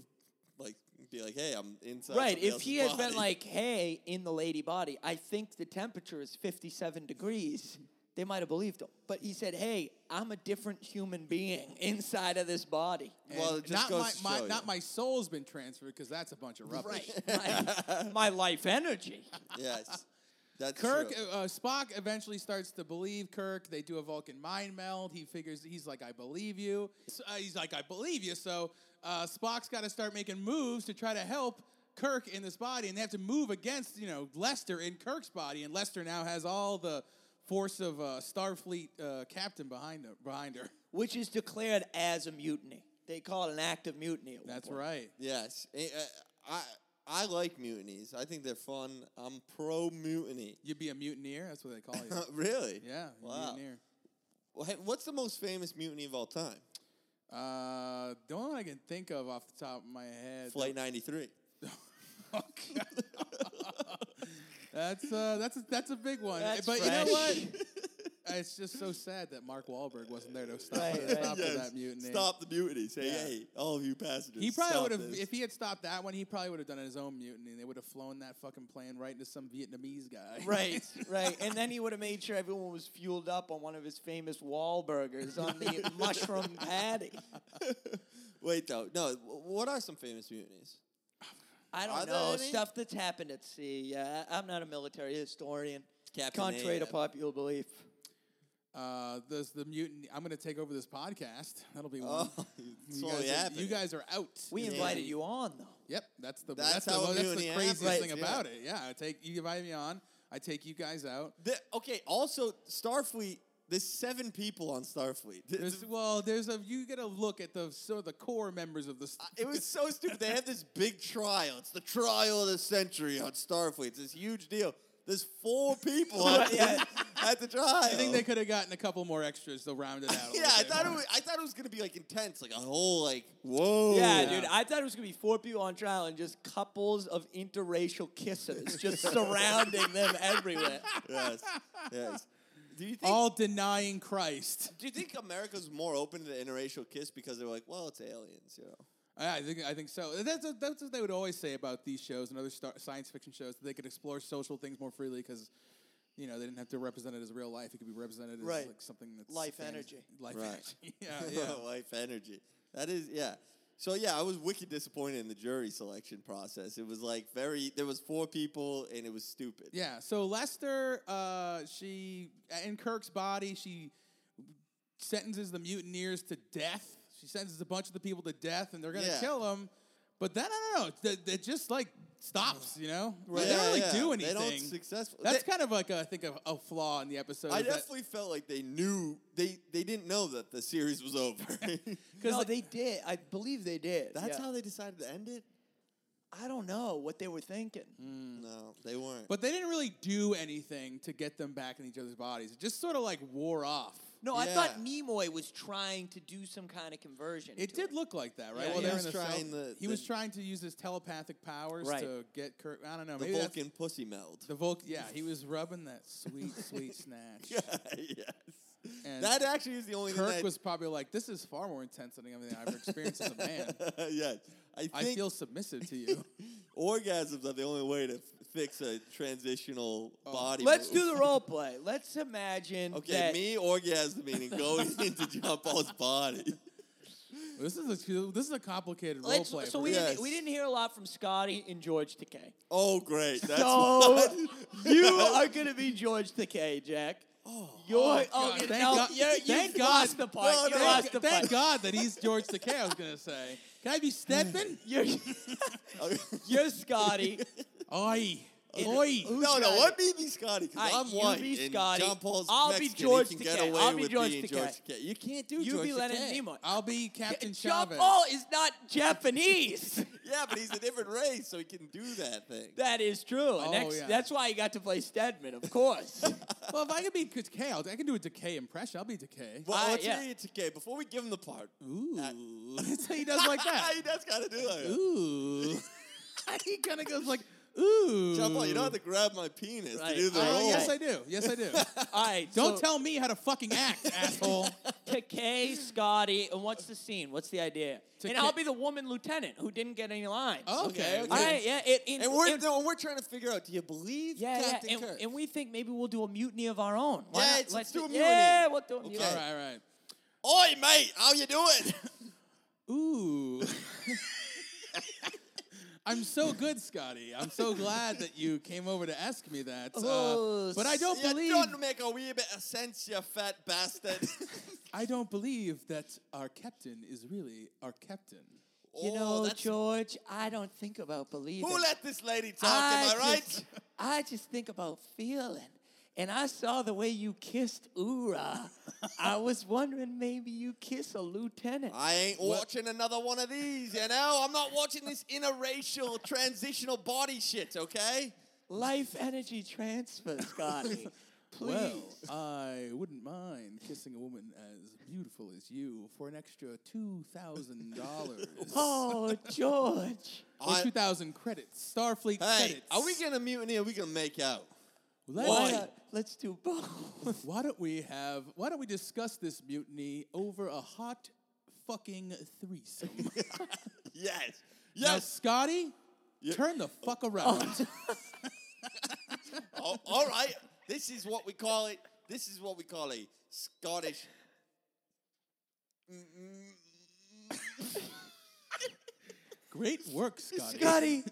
Speaker 1: like be like, hey, I'm inside.
Speaker 3: Right.
Speaker 1: somebody
Speaker 3: If
Speaker 1: else's
Speaker 3: he had been
Speaker 1: body.
Speaker 3: like, hey, in the lady body, I think the temperature is 57 degrees, they might have believed him. But he said, hey, I'm a different human being inside of this body.
Speaker 1: well,
Speaker 2: And
Speaker 1: it just
Speaker 2: not
Speaker 1: goes to
Speaker 2: my,
Speaker 1: show
Speaker 2: my
Speaker 1: you.
Speaker 2: not my soul's been transferred because that's a bunch of rubbish.
Speaker 3: Right. my, my life energy.
Speaker 1: yes, that's
Speaker 2: Kirk,
Speaker 1: true.
Speaker 2: uh, uh, Spock eventually starts to believe Kirk. They do a Vulcan mind meld. He figures he's like, I believe you. So, uh, he's like, I believe you. So uh, Spock's got to start making moves to try to help Kirk in this body, and they have to move against you know Lester in Kirk's body, and Lester now has all the force of uh, Starfleet uh, captain behind her. Behind her.
Speaker 3: Which is declared as a mutiny. They call it an act of mutiny. at one
Speaker 2: That's
Speaker 3: point.
Speaker 2: right.
Speaker 1: Yes, Eh, eh, I I like mutinies. I think they're fun. I'm pro mutiny.
Speaker 2: You'd be a mutineer. That's what they call you.
Speaker 1: really?
Speaker 2: yeah, you're a
Speaker 1: Wow.
Speaker 2: mutineer.
Speaker 1: Well, hey, what's the most famous mutiny of all time?
Speaker 2: Uh, the only one I can think of off the top of my head.
Speaker 1: Flight 93.
Speaker 2: Okay. that's uh, that's a, that's a big one.
Speaker 3: That's
Speaker 2: but you know what? Uh,
Speaker 3: fresh.
Speaker 2: It's just so sad that Mark Wahlberg wasn't there to stop,
Speaker 3: Right, right.
Speaker 2: stop
Speaker 1: Yes.
Speaker 2: that mutiny.
Speaker 1: Stop the mutinies. Hey,
Speaker 2: Yeah.
Speaker 1: hey, all of you passengers.
Speaker 2: He probably
Speaker 1: stop
Speaker 2: would have,
Speaker 1: this.
Speaker 2: if he had stopped that one, he probably would have done his own mutiny. They would have flown that fucking plane right into some Vietnamese guy.
Speaker 3: Right, right. And then he would have made sure everyone was fueled up on one of his famous Wahlburgers on the mushroom patty.
Speaker 1: Wait, though. No, wh- what are some famous mutinies?
Speaker 3: I
Speaker 1: Are
Speaker 3: don't
Speaker 1: there
Speaker 3: know.
Speaker 1: any?
Speaker 3: Stuff that's happened at sea. Yeah, I- I'm not a military historian.
Speaker 1: Captain
Speaker 3: Contrary to
Speaker 1: Ahab.
Speaker 3: popular belief.
Speaker 2: Uh, there's the mutiny. I'm going to take over this podcast. That'll be one.
Speaker 1: Oh, it's
Speaker 2: You
Speaker 1: slowly
Speaker 2: guys, are,
Speaker 1: happening.
Speaker 2: you guys are out.
Speaker 3: We
Speaker 1: Yeah.
Speaker 3: invited you on, though.
Speaker 2: Yep, that's the
Speaker 1: That's
Speaker 2: that's,
Speaker 1: how
Speaker 2: the, mo-
Speaker 1: a
Speaker 2: that's
Speaker 1: mutiny
Speaker 2: the craziest
Speaker 1: happens,
Speaker 2: thing
Speaker 1: yeah.
Speaker 2: about it. Yeah, I take you invite me on. I take you guys out.
Speaker 1: The- okay, also, Starfleet, there's seven people on Starfleet. Th-
Speaker 2: There's, well, there's a you get a look at the sort of the core members of the. s-
Speaker 1: Uh, It was so stupid. They have this big trial. It's the trial of the century on Starfleet. It's this huge deal. There's four people at, the, at the trial.
Speaker 2: I think they could have gotten a couple more extras to round it out. a
Speaker 1: Yeah,
Speaker 2: little
Speaker 1: I
Speaker 2: bit
Speaker 1: thought it
Speaker 2: more.
Speaker 1: was. I thought it was gonna be like intense, like a whole like whoa.
Speaker 3: Yeah,
Speaker 2: Yeah.
Speaker 3: dude. I thought it was gonna be four people on trial and just couples of interracial kissers just surrounding them everywhere.
Speaker 1: Yes. Yes. Do you think?
Speaker 2: all denying Christ.
Speaker 1: do you think America's more open to the interracial kiss because they're like, well, it's aliens, you know?
Speaker 2: Yeah, I think I think so. That's what, that's what they would always say about these shows and other star, science fiction shows that they could explore social things more freely because. You know, they didn't have to represent it as real life. It could be represented as
Speaker 3: Right.
Speaker 2: like something that's
Speaker 3: Life
Speaker 2: fantasy-
Speaker 3: energy.
Speaker 2: Life
Speaker 1: Right.
Speaker 2: energy. Yeah, yeah.
Speaker 1: Life energy. That is yeah. So yeah, I was wicked disappointed in the jury selection process. It was like very there was four people and it was stupid.
Speaker 2: Yeah. So Lester, uh, she in Kirk's body, she sentences the mutineers to death. She sentences a bunch of the people to death, and they're gonna 'em.
Speaker 1: Yeah.
Speaker 2: kill them. But then I don't know. Th- It, just like stops. You know, Where they
Speaker 1: Yeah,
Speaker 2: don't really
Speaker 1: yeah.
Speaker 2: do
Speaker 1: They
Speaker 2: anything.
Speaker 1: don't successful.
Speaker 2: That's
Speaker 1: they-
Speaker 2: kind of like a, I think a, a flaw in the episode.
Speaker 1: I definitely felt like they knew they they didn't know that the series was over.
Speaker 2: because
Speaker 3: no, they did. I believe they did.
Speaker 1: That's
Speaker 3: yeah.
Speaker 1: how they decided to end it.
Speaker 3: I don't know what they were thinking.
Speaker 1: No, they weren't.
Speaker 2: Mm. but they didn't really do anything to get them back in each other's bodies. It just sort of like wore off.
Speaker 3: No, I thought
Speaker 1: Yeah.
Speaker 3: Nimoy was trying to do some kind of conversion.
Speaker 2: It
Speaker 3: to
Speaker 2: did look like that, right?
Speaker 3: Yeah,
Speaker 2: While
Speaker 3: he
Speaker 2: they were
Speaker 1: was
Speaker 2: in cell-
Speaker 1: trying the-
Speaker 2: he was
Speaker 1: the-
Speaker 2: trying to use his telepathic powers
Speaker 3: Right.
Speaker 2: to get Kirk. I don't know.
Speaker 1: the
Speaker 2: maybe that's-
Speaker 1: Vulcan pussy meld.
Speaker 2: The Volk, yeah, he was rubbing that sweet, sweet snatch.
Speaker 1: yes.
Speaker 2: And
Speaker 1: That actually is the only
Speaker 2: Kirk
Speaker 1: thing that
Speaker 2: was probably like, "This is far more intense than anything I've ever experienced as a man.
Speaker 1: yes. I think
Speaker 2: I feel submissive to you."
Speaker 1: orgasms are the only way to f- fix a transitional body.
Speaker 3: Let's
Speaker 1: move.
Speaker 3: do the role play. Let's imagine
Speaker 1: Okay,
Speaker 3: that
Speaker 1: me orgasming and going into John Paul's body.
Speaker 2: this is a this is a complicated role
Speaker 3: Let's,
Speaker 2: play.
Speaker 3: so
Speaker 2: for-
Speaker 3: we,
Speaker 1: Yes.
Speaker 3: didn't, we didn't hear a lot from Scotty and George Takei.
Speaker 1: Oh, great. That's
Speaker 3: so
Speaker 1: what-
Speaker 3: you are going to be George Takei, Jack. Oh, you're, oh,
Speaker 2: God,
Speaker 3: you-
Speaker 2: thank
Speaker 3: no,
Speaker 2: God-
Speaker 3: you're-
Speaker 2: thank
Speaker 3: you
Speaker 2: God.
Speaker 3: lost the part.
Speaker 1: No,
Speaker 3: you
Speaker 1: no.
Speaker 3: lost
Speaker 2: thank,
Speaker 3: the
Speaker 2: thank
Speaker 3: part.
Speaker 2: God that he's George Takei. I was gonna say, "Can I be stepping?"
Speaker 3: You're, you're Scotty.
Speaker 2: Oi,
Speaker 3: Oh,
Speaker 2: oi.
Speaker 1: no, no,
Speaker 3: got
Speaker 1: what be me Scotty?
Speaker 3: All
Speaker 1: Because
Speaker 3: right,
Speaker 1: I'm
Speaker 3: you
Speaker 1: white.
Speaker 3: be
Speaker 1: and
Speaker 3: Scotty.
Speaker 1: John Paul's
Speaker 3: I'll be
Speaker 1: Mexican. He
Speaker 3: George
Speaker 1: can get
Speaker 3: Takei.
Speaker 1: away
Speaker 3: I'll be
Speaker 1: with
Speaker 3: George
Speaker 1: being
Speaker 3: Takei.
Speaker 1: George Takei. You can't do
Speaker 3: You
Speaker 1: George
Speaker 3: be Leonard
Speaker 1: Takei.
Speaker 3: Nimoy.
Speaker 2: I'll be Captain
Speaker 3: John
Speaker 2: Chavez.
Speaker 3: Paul is not Japanese.
Speaker 1: Yeah, but he's a different race, so he can do that thing.
Speaker 3: that is true. And
Speaker 2: Oh,
Speaker 3: that's-
Speaker 2: yeah.
Speaker 3: That's why he got to play Stedman, of course.
Speaker 2: Well, if I could be Takei, I'll, I can do a Decay impression. I'll be Decay.
Speaker 1: well,
Speaker 3: I-
Speaker 1: let's
Speaker 3: yeah.
Speaker 1: hear you, Takei. Before we give him the part.
Speaker 2: Ooh, that's how he does like that.
Speaker 1: he does kind of do it.
Speaker 2: ooh. he kind of goes like, ooh.
Speaker 1: John Paul, you don't have to grab my penis
Speaker 3: Right.
Speaker 1: to do the
Speaker 3: Oh,
Speaker 2: Uh,
Speaker 1: role.
Speaker 2: yes, I do. Yes, I do.
Speaker 3: All right.
Speaker 2: don't
Speaker 3: so
Speaker 2: tell me how to fucking act, asshole.
Speaker 3: Takei, Scotty, and what's the scene? What's the idea?
Speaker 2: Takei-
Speaker 3: And I'll be the woman lieutenant who didn't get any lines.
Speaker 2: Okay.
Speaker 1: Okay, Oh, okay.
Speaker 3: All right, yeah. It, and,
Speaker 1: And we're,
Speaker 3: and-
Speaker 1: no, and we're trying to figure out, do you believe
Speaker 3: yeah, yeah,
Speaker 1: Captain
Speaker 3: and,
Speaker 1: Kirk?
Speaker 3: and we think maybe we'll do a mutiny of our own. Why
Speaker 1: Yeah,
Speaker 3: not?
Speaker 1: let's- let's do a
Speaker 3: Yeah,
Speaker 1: mutiny.
Speaker 3: we'll do a mutiny.
Speaker 2: All
Speaker 1: Okay.
Speaker 2: right, all right.
Speaker 1: Oi, mate, how you doing?
Speaker 2: Ooh. I'm so good, Scotty. I'm so glad that you came over to ask me that. Uh,
Speaker 3: Oh,
Speaker 2: but I don't
Speaker 1: you
Speaker 2: believe
Speaker 1: don't make a wee bit of sense, you fat bastard.
Speaker 2: I don't believe that our captain is really our captain.
Speaker 3: You
Speaker 1: Oh,
Speaker 3: know,
Speaker 1: that's-
Speaker 3: George, I don't think about believing.
Speaker 1: Who let this lady talk?
Speaker 3: I
Speaker 1: am I right?
Speaker 3: Just, I just think about feeling. And I saw the way you kissed Ura. I was wondering maybe you kiss a lieutenant.
Speaker 1: I ain't watching another one of these, you know? I'm not watching this interracial transitional body shit, okay?
Speaker 3: Life energy transfer, Scotty. Please.
Speaker 2: Well, I wouldn't mind kissing a woman as beautiful as you for an extra two thousand dollars.
Speaker 3: Oh, George.
Speaker 1: I-
Speaker 2: two thousand credits, Starfleet
Speaker 1: Hey,
Speaker 2: credits.
Speaker 1: are we gonna mutiny or are we gonna make out?
Speaker 2: Let-
Speaker 3: Why
Speaker 1: Oi.
Speaker 3: not? Let's do both.
Speaker 2: Why don't we have? Why don't we discuss this mutiny over a hot fucking threesome?
Speaker 1: Yes.
Speaker 2: Now,
Speaker 1: Yes.
Speaker 2: Scotty, turn the fuck around.
Speaker 1: Oh, all right. This is what we call it. This is what we call a Scottish.
Speaker 2: Great work, Scotty.
Speaker 3: Scotty,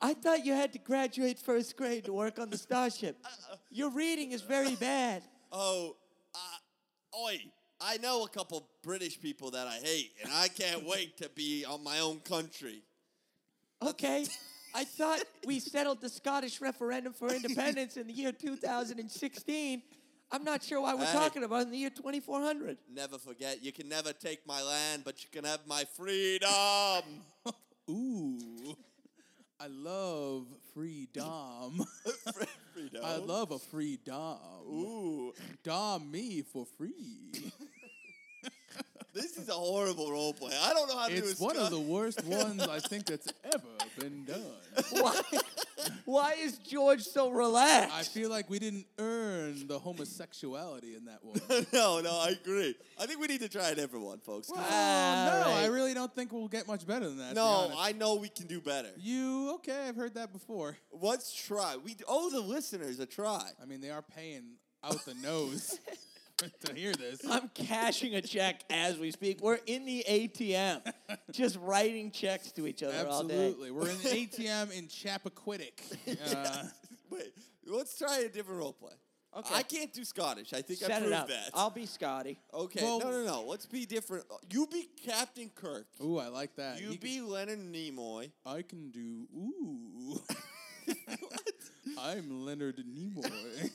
Speaker 3: I thought you had to graduate first grade to work on the Starship. Your reading is very bad.
Speaker 1: Oh, uh, oi. I know a couple British people that I hate, and I can't wait to be on my own country.
Speaker 3: Okay. I thought we settled the Scottish referendum for independence in the year 2016. I'm not sure why we're
Speaker 1: Hey.
Speaker 3: talking about in the year 2400.
Speaker 1: Never forget, you can never take my land, but you can have my freedom.
Speaker 2: Ooh, I love free dom.
Speaker 1: freedom.
Speaker 3: Oh.
Speaker 2: I love a free dom.
Speaker 1: Ooh,
Speaker 2: Dom me for free.
Speaker 1: this is a horrible role play. I don't know how to do a
Speaker 2: It's one of
Speaker 1: Scot-
Speaker 2: the worst ones I think that's ever been done.
Speaker 3: Why, why is George so relaxed?
Speaker 2: I feel like we didn't earn the homosexuality in that one.
Speaker 1: no, no, I agree. I think we need to try a different one, folks.
Speaker 2: Oh, no,
Speaker 3: Alright.
Speaker 2: I really don't think we'll get much better than that. to be
Speaker 1: Ah, no,
Speaker 2: honest.
Speaker 1: I know we can do better.
Speaker 2: You okay? I've heard that before.
Speaker 1: Let's try. We owe the listeners a try.
Speaker 2: I mean, they are paying out the nose. to hear this.
Speaker 3: I'm cashing a check as we speak. We're in the ATM, just writing checks to each other all day.
Speaker 2: Absolutely. We're in the ATM in Chappaquiddick. Uh,
Speaker 1: Wait, let's try a different role play.
Speaker 3: Okay.
Speaker 1: I can't do Scottish. I think I
Speaker 3: Set it
Speaker 1: proved
Speaker 3: up.
Speaker 1: that.
Speaker 3: I'll be Scotty.
Speaker 1: okay,
Speaker 2: Well-
Speaker 1: no, no, no. Let's be different. Uh, You be Captain Kirk.
Speaker 2: Ooh, I like that.
Speaker 1: You
Speaker 2: He-
Speaker 1: be Leonard Nimoy.
Speaker 2: I can do. Ooh. I'm Leonard Nimoy.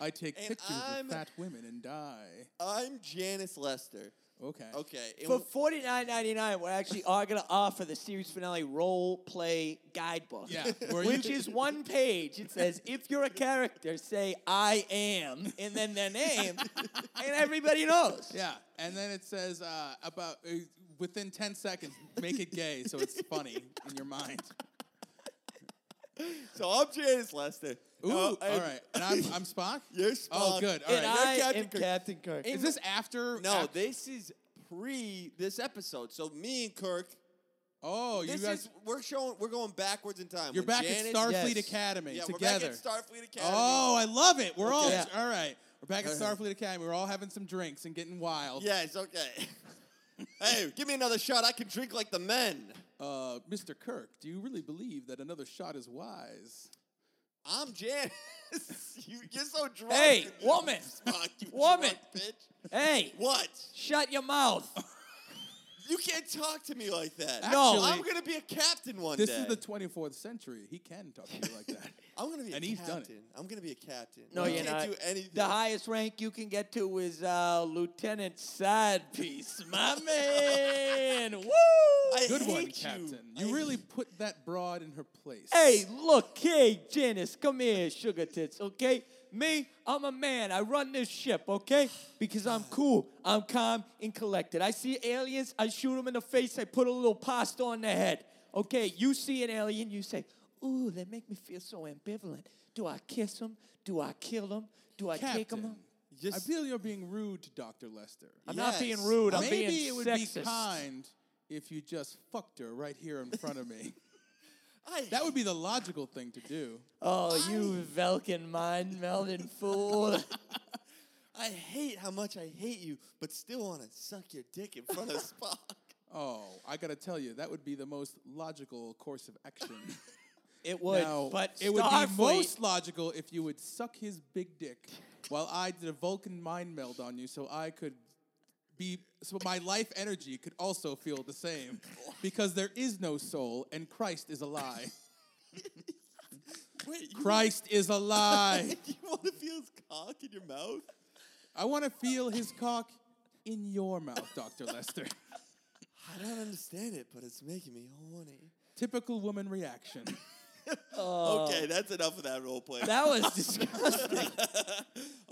Speaker 2: I take
Speaker 1: And
Speaker 2: pictures
Speaker 1: I'm-
Speaker 2: of fat women and die.
Speaker 1: I'm Janice Lester.
Speaker 2: Okay.
Speaker 1: Okay. and
Speaker 3: For
Speaker 1: we-
Speaker 3: forty nine ninety nine, we're actually are going to offer the series finale role play guidebook.
Speaker 2: Yeah, where you
Speaker 3: which
Speaker 2: can-
Speaker 3: is one page. It says, if you're a character, say I am, and then their name, and everybody knows.
Speaker 2: Yeah, and then it says uh, about uh, within ten seconds, make it gay so it's funny in your mind.
Speaker 1: so I'm Janice Lester.
Speaker 2: Ooh,
Speaker 1: No,
Speaker 2: all
Speaker 1: I'm-
Speaker 2: right, and I'm, I'm Spock.
Speaker 1: You're
Speaker 2: Oh,
Speaker 1: Spock.
Speaker 2: good. All
Speaker 3: And
Speaker 2: right.
Speaker 3: I
Speaker 1: Captain
Speaker 3: am
Speaker 1: Kirk.
Speaker 3: Captain Kirk.
Speaker 2: is this after?
Speaker 1: No,
Speaker 2: af-
Speaker 1: this is pre this episode. So me and Kirk,
Speaker 2: oh, you
Speaker 1: this
Speaker 2: guys,
Speaker 1: is we're showing we're going backwards in time.
Speaker 2: you're
Speaker 1: When
Speaker 2: back
Speaker 1: Janice-
Speaker 2: at Starfleet
Speaker 3: yes.
Speaker 2: Academy
Speaker 1: Yeah,
Speaker 2: together.
Speaker 1: we're back at Starfleet Academy.
Speaker 2: oh, I love it. We're all
Speaker 1: Okay.
Speaker 2: all right. We're back at
Speaker 1: Okay.
Speaker 2: Starfleet Academy. We're all having some drinks and getting wild.
Speaker 1: yes, okay. hey, give me another shot. I can drink like the men.
Speaker 2: Uh, Mr. Kirk, do you really believe that another shot is wise?
Speaker 1: I'm Janice. you, you're so drunk.
Speaker 3: Hey,
Speaker 1: in this,
Speaker 3: woman.
Speaker 1: Spock, you
Speaker 3: Woman.
Speaker 1: drunk bitch.
Speaker 3: hey,
Speaker 1: What?
Speaker 3: shut your mouth.
Speaker 1: You can't talk to me like that.
Speaker 3: No.
Speaker 1: I'm
Speaker 2: Actually,
Speaker 1: gonna be a captain one
Speaker 2: This
Speaker 1: day.
Speaker 2: is the 24th century. He can talk to you like that.
Speaker 1: I'm gonna be
Speaker 2: and
Speaker 1: a
Speaker 2: he's
Speaker 1: captain.
Speaker 2: done it.
Speaker 1: I'm gonna be a captain.
Speaker 3: No,
Speaker 1: I
Speaker 3: you're
Speaker 1: can't
Speaker 3: not.
Speaker 1: do anything.
Speaker 3: The highest rank you can get to is uh, Lieutenant Side Piece, my man. Woo!
Speaker 1: I
Speaker 2: Good one,
Speaker 1: hate you.
Speaker 2: Captain.
Speaker 1: I
Speaker 2: You
Speaker 1: hate
Speaker 2: really put that broad in her place.
Speaker 3: Hey, look, hey, Janice, come here, sugar tits, okay? Me, I'm a man. I run this ship, okay? Because I'm cool. I'm calm and collected. I see aliens, I shoot them in the face, I put a little pasta on their head. Okay, you see an alien, you say, ooh, they make me feel so ambivalent. Do I kiss them? Do I kill them? Do I take
Speaker 2: Captain,
Speaker 3: them?
Speaker 2: I
Speaker 1: Just-
Speaker 2: feel you're being rude to Dr. Lester.
Speaker 3: I'm not being
Speaker 1: Yes.
Speaker 3: rude. I'm
Speaker 2: Maybe
Speaker 3: being
Speaker 2: it would
Speaker 3: sexist.
Speaker 2: be kind if you just fucked her right here in front of me.
Speaker 1: I
Speaker 2: that would be the logical thing to do.
Speaker 3: Oh, you Velkin mind melding fool.
Speaker 1: I hate how much I hate you, but still want to suck your dick in front of Spock.
Speaker 2: Oh, I gotta tell you, that would be the most logical course of action.
Speaker 3: It would,
Speaker 2: Now,
Speaker 3: but
Speaker 2: it would be
Speaker 3: Starfleet-
Speaker 2: most logical if you would suck his big dick while I did a Vulcan mind meld on you, so I could be so my life energy could also feel the same because there is no soul and Christ is a lie.
Speaker 1: Wait, you,
Speaker 2: Christ is a lie.
Speaker 1: you want to feel his cock in your mouth?
Speaker 2: I want to feel his cock in your mouth, Dr. Lester.
Speaker 1: I don't understand it, but it's making me horny.
Speaker 2: Typical woman reaction. Oh.
Speaker 1: okay, that's enough of that role play.
Speaker 3: That was disgusting.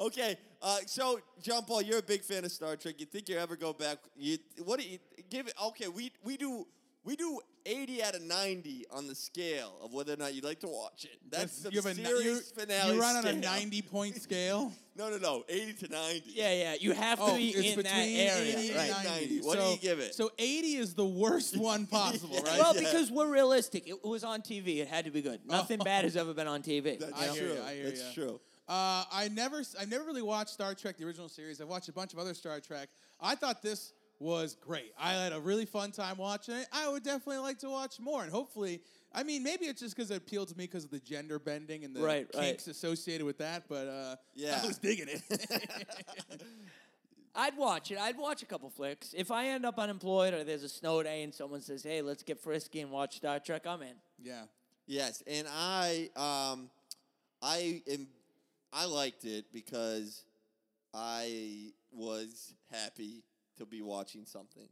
Speaker 1: okay, uh, so John Paul, you're a big fan of Star Trek. You think you ever go back? You what do you give it? Okay, we we do we do eighty out of ninety on the scale of whether or not you like to watch it. That's the
Speaker 2: you have a ni-
Speaker 1: series
Speaker 2: you-
Speaker 1: finale.
Speaker 2: You run on
Speaker 1: scale.
Speaker 2: a 90 point scale.
Speaker 1: No, no, no, eighty to ninety.
Speaker 3: yeah, yeah. You have to
Speaker 2: Oh,
Speaker 3: be
Speaker 2: it's
Speaker 3: in
Speaker 2: between
Speaker 3: that area.
Speaker 2: 80
Speaker 1: right.
Speaker 2: and 90.
Speaker 1: 90. What do
Speaker 2: so,
Speaker 1: you give it?
Speaker 2: So 80 is the worst one possible, right?
Speaker 3: Well,
Speaker 1: Yeah. Oh.
Speaker 3: because we're realistic. It was on TV. It had to be good. Nothing bad has ever been on TV.
Speaker 1: that's
Speaker 2: I hear
Speaker 1: true.
Speaker 2: ya, I hear
Speaker 1: that's
Speaker 2: ya.
Speaker 1: true.
Speaker 2: Uh, I never, s- I never really watched Star Trek the original series. I've watched a bunch of other Star Trek. I thought this was great. I had a really fun time watching it. I would definitely like to watch more, and hopefully, I mean, maybe it's just because it appealed to me because of the gender bending and the
Speaker 3: Right, right.
Speaker 2: kinks associated with that. But uh,
Speaker 1: Yeah.
Speaker 2: I was digging it.
Speaker 3: I'd watch it. I'd watch a couple flicks. If I end up unemployed or there's a snow day and someone says, hey, let's get frisky and watch Star Trek, I'm in.
Speaker 2: yeah,
Speaker 1: Yes, and I um I am I liked it because I was happy to be watching something.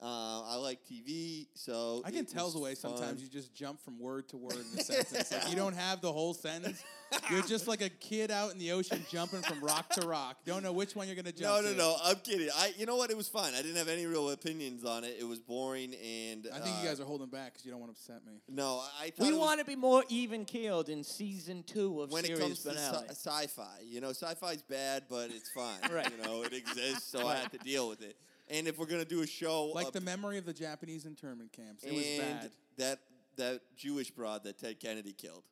Speaker 1: Uh, I like TV, so
Speaker 2: I can
Speaker 1: it
Speaker 2: tell
Speaker 1: was
Speaker 2: the way sometimes
Speaker 1: fun.
Speaker 2: you just jump from word to word in a sentence. Like you don't have the whole sentence. You're just like a kid out in the ocean jumping from rock to rock. Don't know which one you're gonna
Speaker 1: No,
Speaker 2: jump.
Speaker 1: no,
Speaker 2: to.
Speaker 1: no! I'm kidding. I, you know what? It was fine. I didn't have any real opinions on it. It was boring, and
Speaker 2: I think
Speaker 1: uh,
Speaker 2: you guys are holding back because you don't want to upset me.
Speaker 1: No, I- I. thought
Speaker 3: We
Speaker 1: it was
Speaker 3: want to be more even keeled in season two of
Speaker 1: when it
Speaker 3: series
Speaker 1: comes to
Speaker 3: finale.
Speaker 1: sci- sci-fi, you know, sci-fi's bad, but it's fine.
Speaker 3: Right.
Speaker 1: You know, it exists, so I have to deal with it. And if we're gonna do a show
Speaker 2: Like
Speaker 1: ab-
Speaker 2: the memory of the Japanese internment camps. It
Speaker 1: and
Speaker 2: was bad.
Speaker 1: that that Jewish broad that Ted Kennedy killed.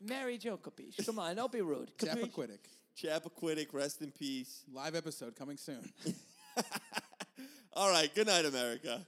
Speaker 3: Mary Jo Capiche. Come on, don't be rude. Capiche?
Speaker 2: Chappaquiddick.
Speaker 1: Chappaquiddick, rest in peace.
Speaker 2: Live episode coming soon.
Speaker 1: All right. Good night, America.